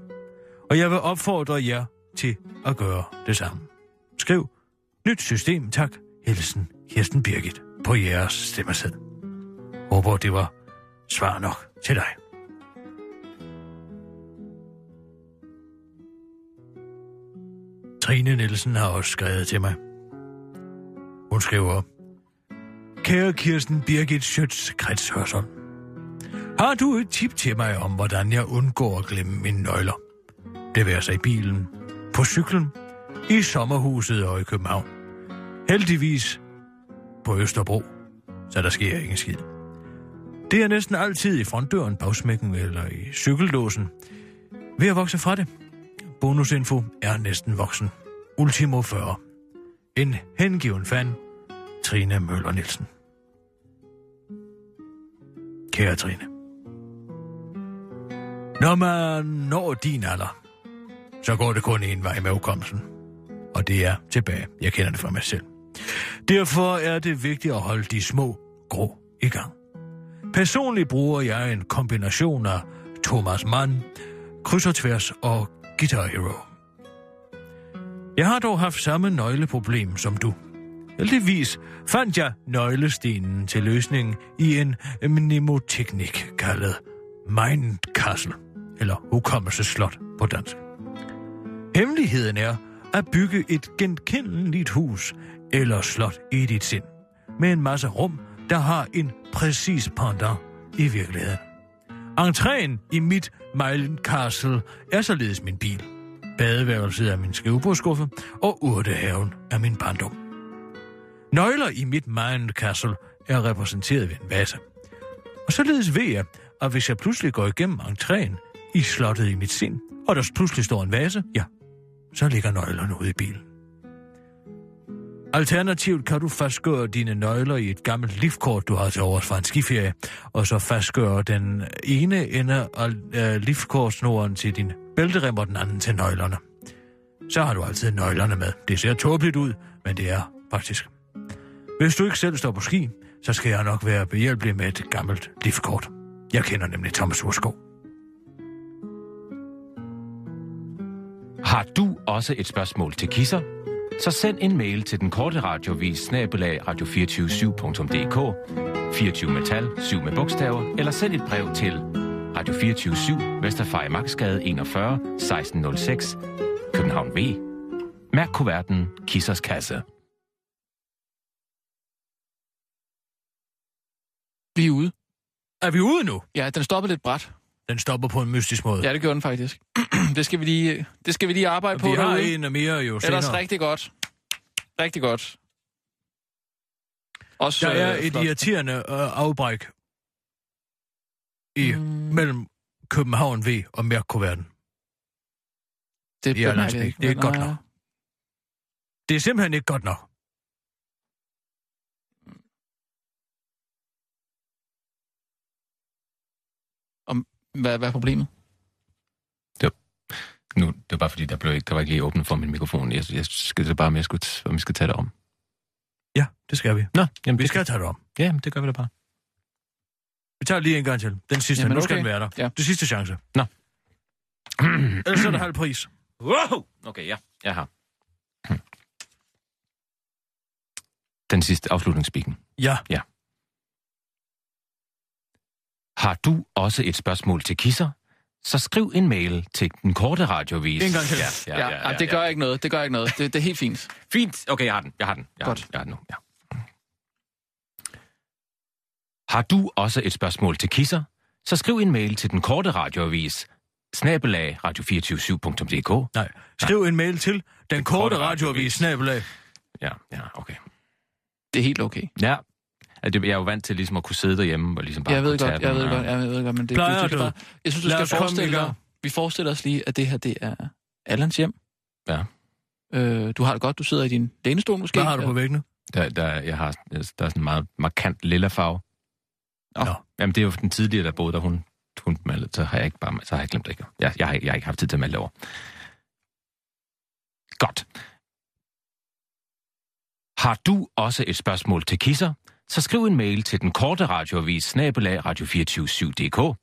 D: Og jeg vil opfordre jer til at gøre det samme. Skriv, nyt system, tak. Hilsen Kirsten Birgit på jeres stemmeseddel. Håber, det var svar nok til dig. Trine Nielsen har også skrevet til mig. Hun skriver, Kære Kirsten Birgit Schøtz Kretshørsson, har du et tip til mig om, hvordan jeg undgår at glemme mine nøgler? Det være sig i bilen, på cyklen, i sommerhuset og i København. Heldigvis på Østerbro, så der sker ingen skid. Det er næsten altid i frontdøren, bagsmækken eller i cykellåsen. Ved at vokse fra det. Bonusinfo er næsten voksen. Ultimo 40. En hengiven fan, Trine Møller Nielsen. Kære Trine. Når man når din alder, så går det kun en vej med hukommelsen. Og det er tilbage. Jeg kender det fra mig selv. Derfor er det vigtigt at holde de små grå i gang. Personligt bruger jeg en kombination af Thomas Mann, kryds og tværs og Guitar Hero. Jeg har dog haft samme nøgleproblem som du. Heldigvis fandt jeg nøglestenen til løsningen i en mnemoteknik kaldet Mind Castle, eller hukommelsesslot på dansk. Hemmeligheden er at bygge et genkendeligt hus eller slot i dit sind, med en masse rum, der har en præcis pendant i virkeligheden. Entréen i mit Meilen Castle er således min bil. Badeværelset er min skrivebordskuffe, og urtehaven er min barndom. Nøgler i mit Meilen Castle er repræsenteret ved en vase. Og således ved jeg, at hvis jeg pludselig går igennem entréen i slottet i mit sind, og der pludselig står en vase, ja, så ligger nøglerne ude i bilen. Alternativt kan du fastgøre dine nøgler i et gammelt liftkort, du har til overs fra en skiferie, og så fastgøre den ene ende af øh, liftkortsnoren til din bælterem og den anden til nøglerne. Så har du altid nøglerne med. Det ser tåbeligt ud, men det er praktisk. Hvis du ikke selv står på ski, så skal jeg nok være behjælpelig med et gammelt liftkort. Jeg kender nemlig Thomas Urskov.
G: Har du også et spørgsmål til Kisser? Så send en mail til den korte radiovis snabelag radio247.dk 24 med tal, 7 med bogstaver, eller send et brev til Radio 247 Vesterfej Magtsgade 41 1606 København V. Mærk kuverten Kissers Kasse.
E: Vi er ude.
D: Er vi ude nu?
E: Ja, den stopper lidt bræt.
D: Den stopper på en mystisk måde.
E: Ja, det gjorde den faktisk. det, skal vi lige, det skal vi lige arbejde på
D: vi har
E: derude.
D: en mere jo senere.
E: Ellers rigtig godt. Rigtig godt. Også,
D: Der er
E: øh,
D: et
E: flot.
D: irriterende øh, afbræk i mm. mellem København V og Mærkoverden.
E: Det
D: Ja,
E: bemærker
D: landsby.
E: jeg ikke.
D: Det er ikke
E: men,
D: godt
E: øh,
D: nok. Det er simpelthen ikke godt nok.
E: Hvad, hvad er problemet?
G: Nu, det var bare fordi, der, blev ikke, der var ikke lige åbnet for min mikrofon. Jeg, jeg skal det bare med, jeg skulle, t- om vi skal tage det om.
D: Ja, det skal vi.
G: Nå, jamen,
D: Vi
G: det,
D: skal tage det om.
G: Ja, det gør vi da bare.
D: Vi tager lige en gang til. Den sidste. Jamen,
E: Jamen,
D: nu skal
E: okay.
D: den være der.
E: Ja.
D: Det sidste chance.
G: Nå.
D: Ellers er der halv pris.
G: Wow! Okay, ja. Jeg har. Den sidste afslutningsspikken.
D: Ja.
G: Har du også et spørgsmål til Kisser? Så skriv en mail til den korte radiovis.
D: En gang til.
G: Ja,
E: Ja, ja, ja, ja, det gør ikke noget. Det gør ikke noget. Det, det er helt fint.
G: Fint. Okay, jeg har den. Jeg har den. Jeg
E: Godt.
G: Har den. Jeg har den nu. Ja. Har du også et spørgsmål til Kisser? Så skriv en mail til den korte radioavis snabelag radio247.dk.
D: Nej. Skriv en mail til den korte
G: korte
D: radioavis,
G: radioavis.
D: snabelag.
G: Ja, ja, okay.
E: Det er helt okay.
G: Ja. Altså, det- Jeg er jo vant til ligesom at kunne sidde derhjemme og ligesom bare
E: Jeg ved
G: kunne tage
E: godt, jeg
G: den,
E: ved
G: og-
E: godt, jeg ved godt, men det,
D: Plejer
E: du, skal
D: du?
E: bare, jeg synes, du
D: Lad
E: skal
D: os komme i
E: forestille dig,
D: gang.
E: vi forestiller os lige, at det her, det er øh, Allans hjem.
G: Ja.
E: Øh, du har det godt, du sidder i din lænestol måske.
D: Hvad har du på væggene?
G: Der, der, jeg har, altså, der er sådan en meget markant lilla farve.
E: Nå.
D: Nå.
G: Jamen, det er jo den tidligere, der boede der, hun, hun malede, så har jeg ikke bare, så har jeg glemt det ikke. Jeg, jeg, har, jeg har ikke haft tid til at male det over. Godt. Har du også et spørgsmål til Kisser? Så skriv en mail til den korte radioavis snabelag radio247.dk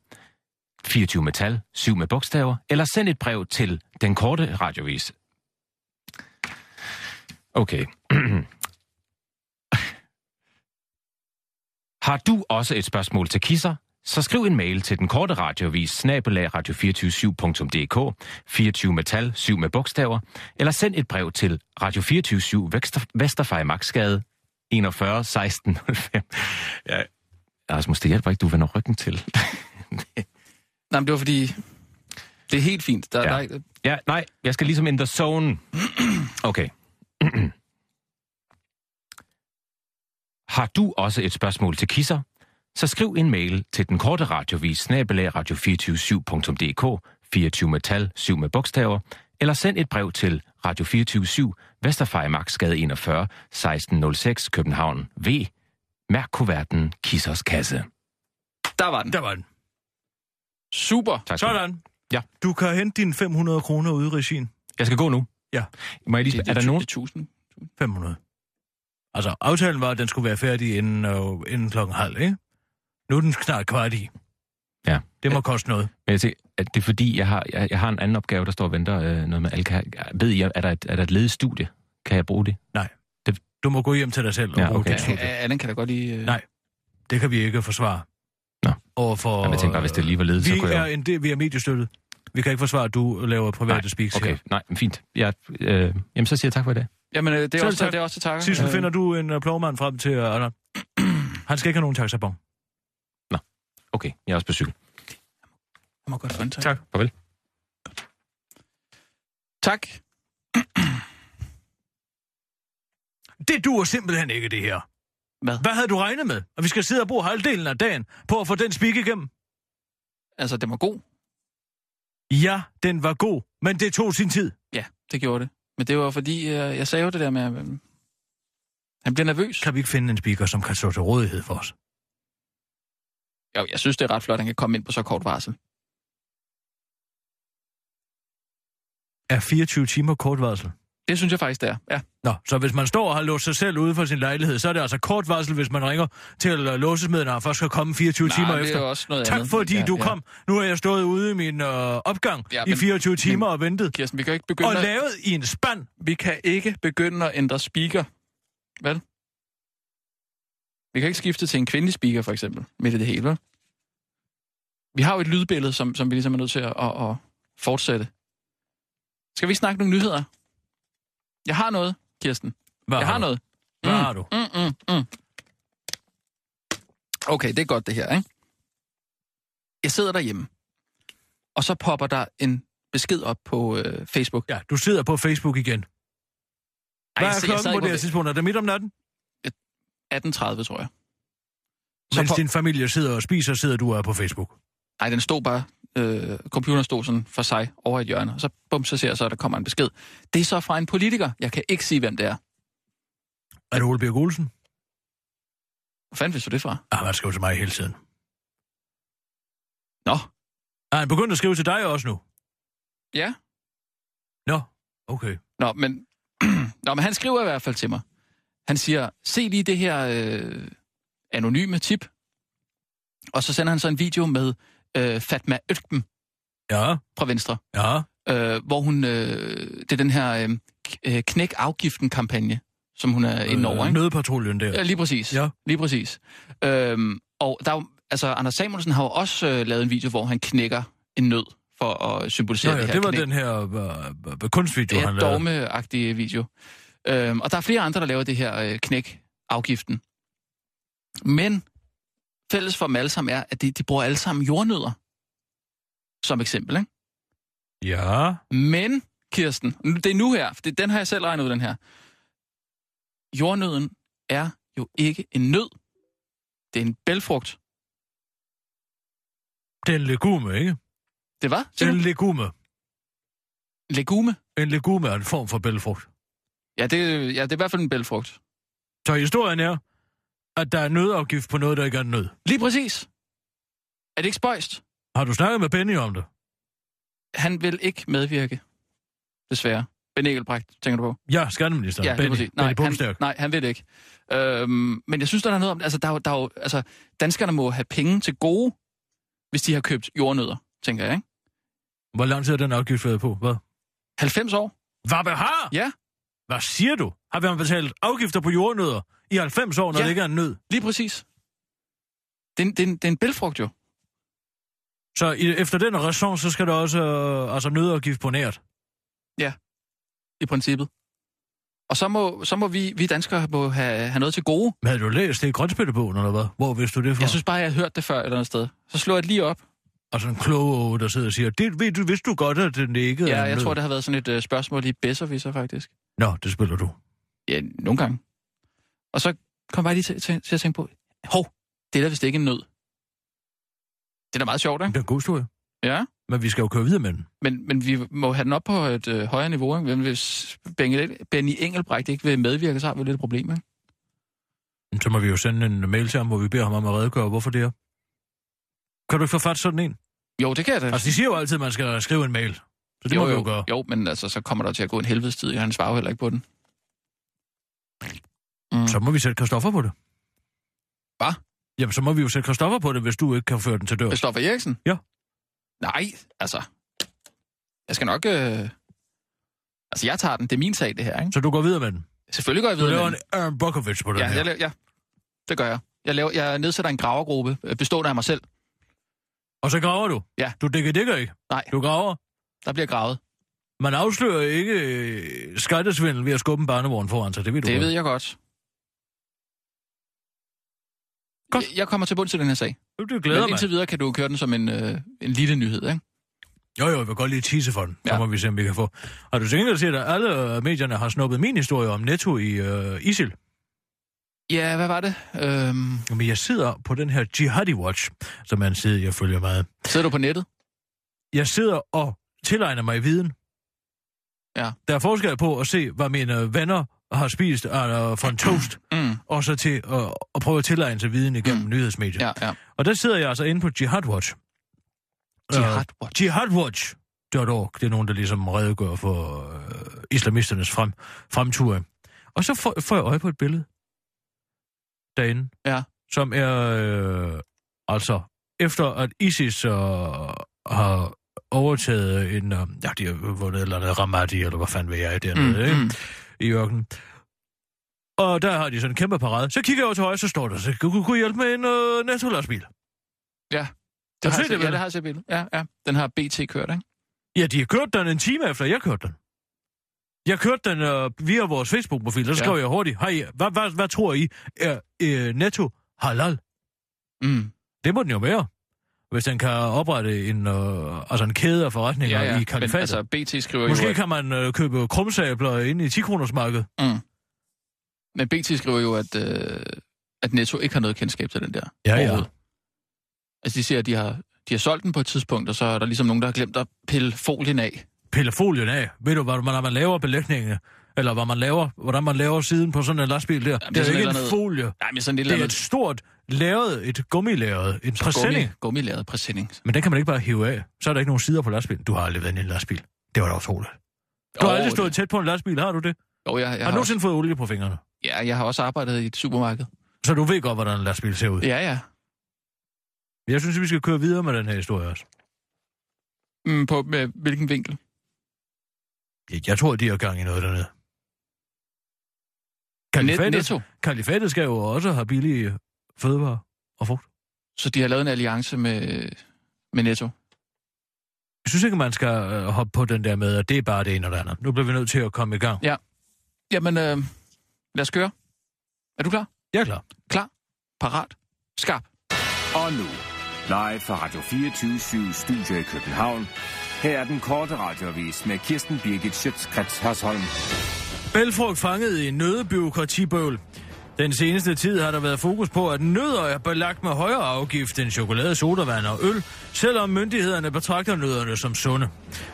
G: 24 med tal, 7 med bogstaver, eller send et brev til den korte radioavis. Okay. Har du også et spørgsmål til Kisser? så skriv en mail til den korte radiovis snabelag radio247.dk, 24 med tal, 7 med bogstaver, eller send et brev til Radio 247 Vester, Vesterfej Magtsgade 41 1605. Ja, Rasmus, det hjælper ikke, du vender ryggen til.
E: Nej, men det var fordi... Det er helt fint. Der,
G: Ja.
E: ja. der, er ikke-
G: ja, nej, jeg skal ligesom in the zone. Okay. Har du også et spørgsmål til kisser? Så skriv en mail til den korte radiovis snabelag radio247.dk, 24 med tal, 7 med bogstaver, eller send et brev til Radio 247 Vesterfej Magtsgade 41 1606 København V. Mærk kuverten Kissers Kasse.
E: der var den.
D: Der var den.
E: Super.
G: Tak skal du have.
D: Sådan.
G: Ja.
D: Du kan hente dine 500 kroner ude i regien.
G: Jeg skal gå nu.
D: Ja.
G: Må jeg lige, er der nogen?
E: 1000.
D: 500. Altså, aftalen var, at den skulle være færdig inden, øh, inden klokken halv, ikke? Nu er den snart kvart i.
G: Ja.
D: Det må koste noget.
G: Men jeg tænker, at det er fordi, jeg har, jeg, jeg har en anden opgave, der står og venter øh, noget med alka. Ved I, er der, et, er der et ledigt studie? Kan jeg bruge det?
D: Du må gå hjem til dig selv og
G: Ja,
D: ja, bruge
G: okay.
D: okay. dit studie.
E: Ja, Allan kan da godt lige... øh,
D: Nej. Det kan vi ikke forsvare.
G: Nå.
D: Overfor,
G: Jamen, jeg tænkte bare, hvis det lige var ledigt, så
D: vi
G: kunne
D: er,
G: jeg...
D: en, det, vi er mediestøttet. Vi kan ikke forsvare, at du laver private Nej, speaks okay.
G: Okay,
D: her.
G: nej, men fint. Jeg, øh, jamen, så siger jeg tak for i dag.
E: Jamen, øh, det er,
D: Selv
E: også,
D: tak.
E: det er også til takker.
D: Sissel,
E: Øh,
D: finder du en uh, plovmand frem til uh, Allan? Han skal ikke have nogen taxabon.
G: Okay, jeg er også på cykel.
E: Jeg må godt få en tak.
G: Tak. Farvel.
E: Tak.
D: Det duer simpelthen ikke, det her.
E: Hvad?
D: Hvad havde du regnet med? At vi skal sidde og bruge halvdelen af dagen på at få den spik igennem?
E: Altså, den var god.
D: Ja, den var god, men det tog sin tid.
E: Ja, det gjorde det. Men det var fordi, øh, jeg sagde jo det der med... at, øh, Han bliver nervøs.
D: Kan vi ikke finde en speaker, som kan stå til rådighed for os?
E: Jo, jeg synes, det er ret flot, at han kan komme ind på så kort varsel.
D: Er 24 timer kort varsel?
E: Det synes jeg faktisk, det er. Ja.
D: Nå, så hvis man står og har låst sig selv ude for sin lejlighed, så er det altså kort varsel, hvis man ringer til øh, låsesmeden, og først skal komme 24 timer
E: det
D: efter.
E: er jo også noget
D: Tak
E: andet.
D: fordi
E: ja,
D: du
E: ja.
D: kom. Nu har jeg stået ude i min øh, opgang
E: Ja,
D: ja,
E: men-
D: i 24 timer og ventet.
E: Kirsten, vi kan jo ikke
D: Og
E: begynde, at,
D: lavet i en spand.
E: vi kan ikke begynde at ændre speaker. Vel? Vi kan ikke skifte til en kvindelig speaker, for eksempel, midt i det hele, vel? Vi har jo et lydbillede, som, som vi ligesom er nødt til at, at, at fortsætte. Skal vi ikke snakke nogle nyheder? Jeg har noget, Kirsten.
D: Hvad
E: Jeg har
D: du?
E: noget.
D: Hvad har du?
E: Mm, mm, mm. Okay, det er godt det her, ikke? Jeg sidder derhjemme, og så popper der en besked op på øh, Facebook.
D: Ja, du sidder på Facebook igen.
E: Ej,
D: Hvad
E: jeg
D: er
E: sad- jeg
D: klokken
E: sad
D: på
E: ikke
D: det her tidspunkt? Er det midt om natten?
E: 18.30, tror jeg. Så
D: Mens
E: på-
D: din familie sidder og spiser, sidder du her på Facebook.
E: Nej, den stod bare, øh, computeren stod sådan for sig over et hjørne, og så bum, så ser jeg så, at der kommer en besked. Det er så fra en politiker. Jeg kan ikke sige, hvem det er.
D: Er det Ole Birk Olsen?
E: Hvor fanden vidste du det fra?
D: Ah, han skriver til mig hele tiden.
E: Nå,
D: Er han begyndt at skrive til dig også nu?
E: ja.
D: Nå, okay.
E: Nå, men, Nå, men han skriver i hvert fald til mig. Han siger, se lige det her øh, anonyme tip. Og så sender han så en video med øh, Fatma Øktem
D: Ja,
E: fra Venstre,
D: ja.
E: øh, hvor hun, øh, det er den her øh, k- øh, knæk afgiften-kampagne, som hun er inde over.
D: Øh,
E: Ikke?
D: Nødpatruljen der.
E: Ja, lige præcis.
D: Ja.
E: Lige præcis. Øhm, og der, er jo- altså, Anders Samuelsen har jo også øh, lavet en video, hvor han knækker en nød for at symbolisere
D: Nå, ja,
E: det her
D: det var
E: knæk.
D: den her øh, øh, kunstvideo, han
E: Det er
D: lavede.
E: dogmeagtig video. Øhm, og der er flere andre, der laver det her øh, knæk afgiften. Men fælles for dem alle sammen er, at de, de bruger alle sammen jordnødder. Som eksempel, ikke?
D: Ja,
E: Men, Kirsten, nu- det er nu her, for det, den har jeg selv regnet ud, den her. Jordnøden er jo ikke en nød. Det er en bælfrugt.
D: det er en legume, ikke?
E: Det var,
D: En
E: siger du?
D: legume.
E: Legume.
D: En legume er en form for bælfrugt.
E: Ja det, ja, det er i hvert fald en bælfrugt.
D: Så historien er, at der er nødafgift på noget, der ikke er nød.
E: Lige præcis. Er det ikke spøjst?
D: Har du snakket med Benny om det?
E: han vil ikke medvirke, desværre. Ben Engelbrecht, tænker du på?
D: Ja, skatteministeren.
E: lige
D: Benny.
E: præcis.
D: Benny
E: han,
D: Bumstærk.
E: nej, han vil det ikke. Øhm, men jeg synes, der er noget om det. Altså, der er, jo- der er, jo- altså, danskerne må have penge til gode, hvis de har købt jordnødder, tænker jeg, ikke?
D: Hvor lang tid har den afgift været på? Hvad?
E: 90 år?
D: Hvad behar?
E: Ja,
D: Hvad siger du? Har man betalt afgifter på jordnødder i 90 år, når
E: Ja.
D: det ikke er en nød?
E: lige præcis. Det er, en- det er, en- det er en bælfrugt jo.
D: Så i, efter den ræson, så skal der også øh, altså nødafgift på nært.
E: i princippet. Og så må, så må vi, vi danskere må have, have noget til gode.
D: Men havde du læst det i grønspillebogen, eller hvad? Hvor vidste du det fra?
E: Jeg synes bare, jeg har hørt det før et eller andet sted. Så slår jeg det lige op.
D: Altså en klog åge, der sidder og siger, det ved du, vidste du godt, at det nikkede?
E: Ja,
D: af en
E: jeg
D: nød."
E: tror, det har været sådan et øh, spørgsmål i Besserwisser, faktisk.
D: Nå, det spiller du.
E: Ja, nogle gange. Og så kom jeg bare lige til, til, til at tænke på, hov, det er da vist ikke en nød. Det er da meget sjovt,
D: Det
E: ikke?
D: er en god historie.
E: Ja.
D: Men vi skal jo køre videre med den.
E: Men, men vi må have den op på et øh, højere niveau, ikke? Men Hvis Benny, Benny Engelbrecht ikke vil medvirke, så har vi lidt et problem, ikke?
D: Så må vi jo sende en mail til ham, hvor vi beder ham om at redegøre, hvorfor det er. Kan du ikke få fat sådan en?
E: Jo, det kan jeg da.
D: Altså, de siger jo altid, at man skal skrive en mail. Så det
E: jo,
D: må vi jo
E: jo,
D: gøre.
E: jo, men altså, så kommer der til at gå en helvedes tid, og han svarer jo heller ikke på den. Mm.
D: Så må vi sætte Kristoffer på det.
E: Hvad?
D: Jamen, så må vi jo sætte Kristoffer på det, hvis du ikke kan føre den til dør.
E: Christoffer Eriksen?
D: Ja.
E: Nej, altså. Jeg skal nok... Øh... Altså, jeg tager den. Det er min sag, det her, ikke?
D: Så du går videre med den.
E: Selvfølgelig går jeg
D: Du
E: videre.
D: laver
E: med
D: en
E: den.
D: Aaron Brockovich på den
E: Ja,
D: her.
E: jeg laver, ja, det gør jeg. Jeg, laver, jeg nedsætter en gravergruppe, øh, bestående af mig selv.
D: Og så graver du.
E: Ja.
D: Du dækker dækker ikke.
E: Nej,
D: Du graver.
E: der bliver gravet.
D: Man afslører ikke øh, skattesvindel ved at skubbe en barnevogn foran sig. Det ved du
E: Det
D: godt.
E: ved jeg godt.
D: Godt.
E: Jeg- Jeg kommer til bund til den her sag.
D: Det glæder
E: Men
D: mig.
E: indtil videre kan du køre den som en, øh, en lille nyhed, ikke?
D: Jo, jo, jeg vil godt lige tease for den. Ja. Så
E: Ja.
D: må vi se, om vi kan få. Har du tænkt dig at se, at alle øh, medierne har snuppet min historie om Netto i øh, ISIL?
E: Ja, hvad var det? Øhm,
D: Men jeg sidder på den her Jihadi Watch, som er en side, jeg følger meget.
E: sidder du på nettet?
D: Jeg sidder og tilegner mig viden.
E: Ja.
D: Der er forskel på at se, hvad mine venner har spist øh, for en toast,
E: Mm.
D: og så til øh, at prøve at tilegne sig viden igennem mm.
E: Mm.
D: nyhedsmedier.
E: Ja, ja.
D: Og der sidder jeg altså inde på Jihad Watch. Øh,
E: Jihad Watch.
D: jihadwatch.org. Det er nogen, der ligesom redegør for øh, islamisternes frem, fremtur. Og så får, får jeg øje på et billede derinde,
E: Ja.
D: som er øh, altså efter at ISIS øh, har overtaget en... Øh, ja, de har vundet et eller andet Ramadi, eller hvad fanden ved jeg, dernede, mm, ikke?
E: Mm, mm.
D: i ørkenen. Og der har de sådan en kæmpe parade. Så kigger jeg over til højre, så står der, så kunne kunne I hjælpe med en øh, netto-lastbil.
E: Det
D: Har
E: har
D: du
E: jeg
D: set det
E: set, ja,
D: billede?
E: det har jeg set billede. Ja, ja. Den har BT kørt, ikke?
D: Ja, de har kørt den en time efter, jeg kørte den. Jeg kørte den øh, via vores Facebook-profil, og så
E: Ja.
D: skrev jeg hurtigt, hej, hvad, hvad, hvad tror I er øh, netto halal?
E: Mm.
D: Det må den jo være, hvis den kan oprette en, øh, altså en kæde af forretninger ja, ja. i kalifatet.
E: Men, altså, BT skriver jo...
D: Måske
E: at-
D: kan man øh, købe krumsabler inde i 10-kronersmarkedet.
E: Mm. Men BT skriver jo, at, øh, at Netto ikke har noget kendskab til den der.
D: Ja, ja.
E: overhovedet. Altså, de siger, at de har, de har solgt den på et tidspunkt, og så er der ligesom nogen, der har glemt at pille folien af.
D: pille folien af. Ved du, hvordan man laver belægningene? Eller hvad man laver, hvordan man laver siden på sådan en lastbil der?
E: er
D: Jamen, det er jo
E: sådan
D: ikke
E: et
D: en
E: eller andet-
D: folie.
E: Nej, men sådan et eller
D: Det er et
E: andet...
D: stort lavet, et gummilavet, en præsending.
E: Gummilæret præsending.
D: Men den kan man ikke bare hive af. Så er der ikke nogen sider på lastbilen. Du har aldrig været inde i en lastbil. Det var da utroligt. Du har
E: Åh,
D: aldrig stået
E: det-
D: tæt på en lastbil, har du det?
E: Jo, jeg, jeg,
D: har
E: har
D: du
E: også,
D: nogensinde fået olie på fingrene?
E: ja, jeg har også arbejdet i et supermarked.
D: Så du ved godt, hvordan en lastbil ser ud.
E: Ja, ja.
D: Jeg synes, vi skal køre videre med den her historie også.
E: Mm, på med, hvilken vinkel?
D: Jeg tror, de har gang i noget dernede.
E: Net,
D: Kalifatet,
E: netto.
D: kalifatet skal jo også have billige fødevarer og frugt.
E: Så de har lavet en alliance med, med Netto.
D: Jeg synes ikke, man skal øh, hoppe på den der med, at det er bare det ene og det andet. Nu bliver vi nødt til at komme i gang.
E: Jamen, øh, lad os køre. Er du klar?
D: Jeg er klar.
E: Parat? Skarp?
F: Og nu, live fra Radio 24 Studio i København. Her er den korte radiovis med Kirsten Birgit Schøtzgrads Hasholm.
D: Bælfrugt fanget i nødebyråkratibøvl. Den seneste tid har der været fokus på, at nødder er belagt med højere afgift end chokolade, sodavand og øl, selvom myndighederne betragter nødderne som sunde.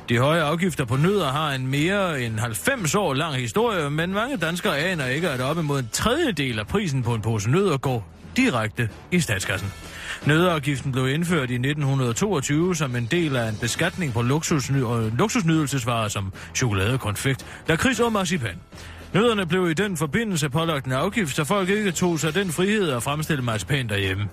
D: De høje afgifter på nødder har en mere end 90 år lang historie, men mange danskere aner ikke, at op imod en tredjedel af prisen på en pose nødder går direkte i statskassen. Nødderafgiften blev indført i 1922 som en del af en øh, beskatning på luksusny- og luksusnydelsesvarer som chokolade, konfekt, lakrids og marcipan. Jøderne blev i den forbindelse pålagt en afgift, så folk ikke tog sig den frihed at fremstille marcipan derhjemme.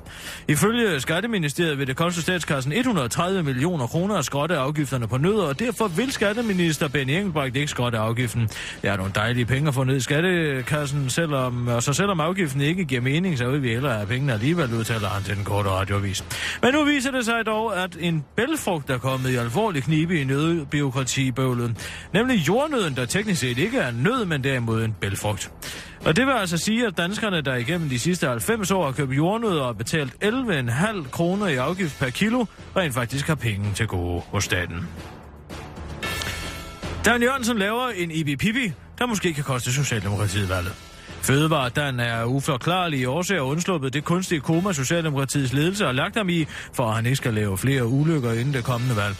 D: Ifølge Skatteministeriet vil det koste statskassen 130 millioner kroner at skrotte afgifterne på nødder, og derfor vil skatteminister Benny Engelbrecht ikke skrotte afgiften. Det er nogle dejlige penge at få ned i skattekassen, selvom, og så selvom afgiften ikke giver mening, så vil vi hellere have pengene alligevel, udtaler han til den korte radiovis. Men nu viser det sig dog, at en bælfrugt er kommet i alvorlig knibe i nødbyråkratibøvlet, nemlig jordnøden, der teknisk set ikke er en nød, men derimod en bælfrugt. Og det vil altså sige, at danskerne, der igennem de sidste 90 år har købt jordnødder og betalt 11,5 kroner i afgift per kilo, rent faktisk har penge til gode hos staten. Dan Jørgensen laver en ibipipi, der måske kan koste Socialdemokratiet valget. Fødevaredan er uforklarlige årsager undsluppet det kunstige koma, Socialdemokratiets ledelse har lagt ham i, for at han ikke skal lave flere ulykker inden det kommende valg.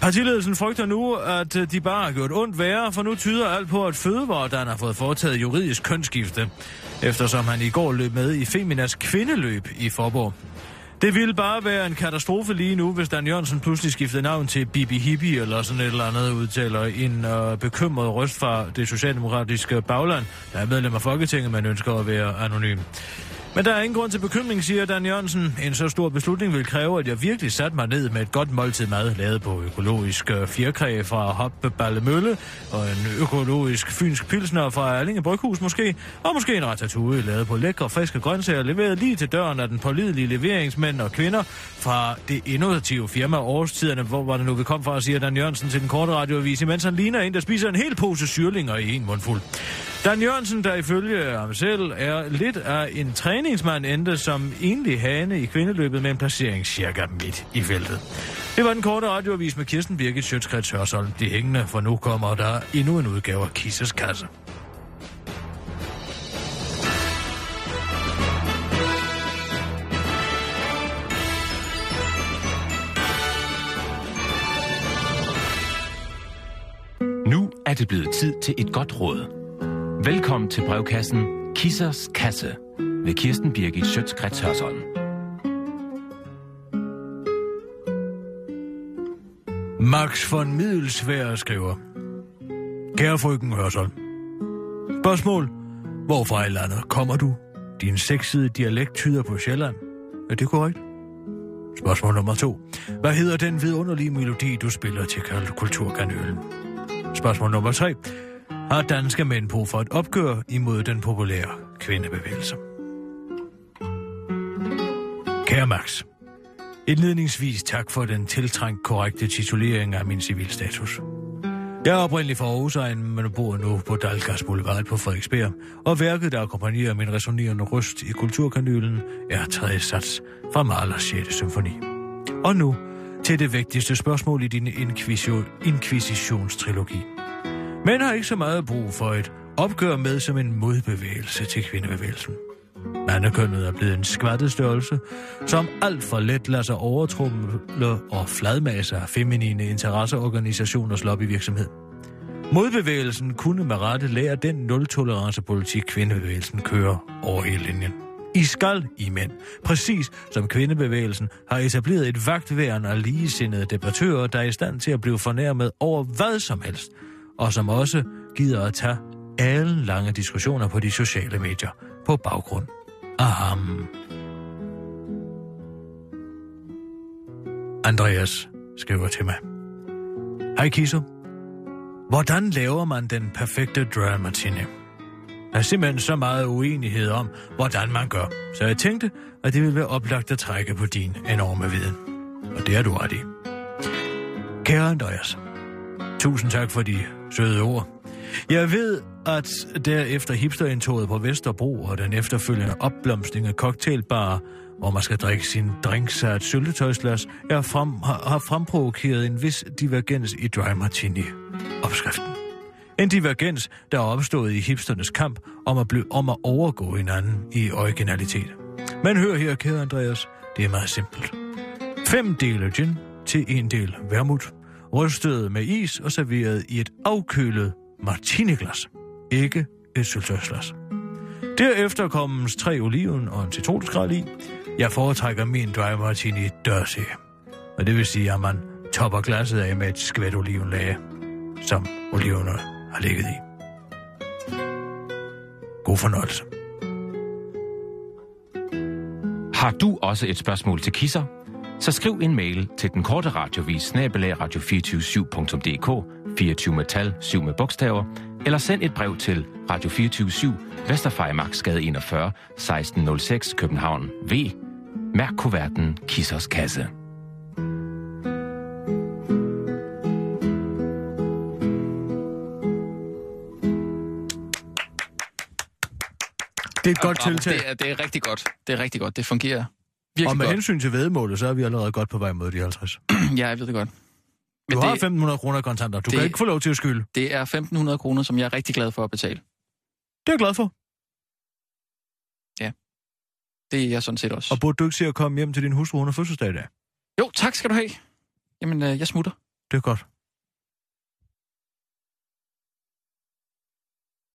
D: Partiledelsen frygter nu, at øh, de bare har gjort ondt værre, for nu tyder alt på, at Fødevaredan har fået foretaget juridisk kønsskifte, eftersom han i går løb med i Feminas kvindeløb i Forborg. Det ville bare være en katastrofe lige nu, hvis Dan Jørgensen pludselig skiftede navn til Bibi Hippie eller sådan et eller andet, udtaler en øh, bekymret røst fra det socialdemokratiske bagland, der er medlem af Folketinget, men ønsker at være anonym. Men der er ingen grund til bekymring, siger Dan Jørgensen. En så stor beslutning vil kræve, at jeg virkelig satte mig ned med et godt måltid mad, lavet på økologisk øh, fjerkræ fra Hoppeballe Mølle, og en økologisk fynsk pilsner fra Erlinge Bryghus måske, og måske en ratatouille, lavet på lækre, friske grøntsager, leveret lige til døren af den pålidelige leveringsmænd og kvinder fra det innovative firma Årstiderne, hvor var det nu, vi kom fra, siger Dan Jørgensen til den korte radioavis, imens han ligner en, der spiser en hel pose syrlinger i en mundfuld. Dan Jørgensen, der ifølge ham selv er lidt af en træningsmand, endte som enlig hane i kvindeløbet med en placering cirka midt i feltet. Det var den korte radioavis med Kirsten Birgit Sjøtskrets Hørsholm. Det hængende, for nu kommer der endnu en udgave af Kisses Kasse.
G: Nu er det blevet tid til et godt råd. Velkommen til brevkassen Kissers Kasse ved Kirsten Birgit Schøtzgrads Hørsholm.
D: Max von Middelsvær skriver. Kære frøken Hørsholm. Spørgsmål. Hvorfor i landet kommer du? Din sexede dialekt tyder på Sjælland. Er det korrekt? Spørgsmål nummer to. Hvad hedder den vidunderlige melodi, du spiller til Karl Kulturkanølen? Spørgsmål nummer tre. Har danske mænd brug for et opgør imod den populære kvindebevægelse? Kære Max, indledningsvis tak for den tiltrængt korrekte titulering af min civilstatus. Jeg er oprindelig fra Aarhus, egen, men bor nu på Dalgas Boulevard på Frederiksberg, og værket, der akkompagnerer min resonerende røst i kulturkanylen, er tredje sats fra Mahlers 6. symfoni. Og nu til det vigtigste spørgsmål i din inquisio- inkvisitionstrilogi. Mænd har ikke så meget brug for et opgør med som en modbevægelse til kvindebevægelsen. Mandekønnet er blevet en skvattet størrelse, som alt for let lader sig overtrumle og fladmasse af feminine interesseorganisationers lobbyvirksomhed. Modbevægelsen kunne med rette lære den nul-tolerance-politik, kvindebevægelsen kører over hele linjen. I skal, I mænd, præcis som kvindebevægelsen, har etableret et vagtværn af ligesindede debattører, der er i stand til at blive fornærmet over hvad som helst, og som også gider at tage alle lange diskussioner på de sociale medier på baggrund af ham. Andreas skriver til mig. Hej Kiso. Hvordan laver man den perfekte dry martini? Der er simpelthen så meget uenighed om, hvordan man gør, så jeg tænkte, at det ville være oplagt at trække på din enorme viden. Og det er du ret i. Kære Andreas, Tusind tak for de søde ord. Jeg ved, at derefter hipsterindtoget på Vesterbro og den efterfølgende opblomstring af cocktailbarer, hvor man skal drikke sin drinks af et syltetøjsglas, er frem, har, har fremprovokeret en vis divergens i dry martini-opskriften. En divergens, der er opstået i hipsternes kamp om at, blive, om at overgå hinanden i originalitet. Men hør her, kære Andreas, det er meget simpelt. Fem dele gin til en del vermut, rystet med is og serveret i et afkølet martiniglas, ikke et syltøjsglas. Derefter kommes tre oliven og en citronskræl i. Jeg foretrækker min dry martini dørse. Og det vil sige, at man topper glasset af med et skvæt olivenlage, som oliverne har ligget i. God fornøjelse.
G: Har du også et spørgsmål til Kisser? Så skriv en mail til den korte radiovis snabelag radio247.dk 24 med tal, 7 med bogstaver, eller send et brev til Radio 247 Vesterfejmarksgade 41 1606 København V. Mærk kuverten Kissers kasse.
D: Det er et godt
E: Bravo,
D: tiltag.
E: Det er, det er rigtig godt. Det er rigtig godt. Det fungerer
D: Og
E: virkelig
D: med
E: godt.
D: hensyn til vedmålet, så er vi allerede godt på vej mod de 50.
E: Ja, jeg ved det godt.
D: Du
E: Men
D: har
E: det,
D: 1.500 kroner i kontanter. Du
E: det-
D: kan ikke få lov til at skylde.
E: det er 1.500 kroner, som jeg er rigtig glad for at betale.
D: Det er jeg glad for.
E: Det er jeg sådan set også.
D: Og burde du ikke se at komme hjem til din hustru under fødselsdag i dag?
E: Jo, tak skal du have. Jamen, øh, jeg smutter.
D: Det er godt.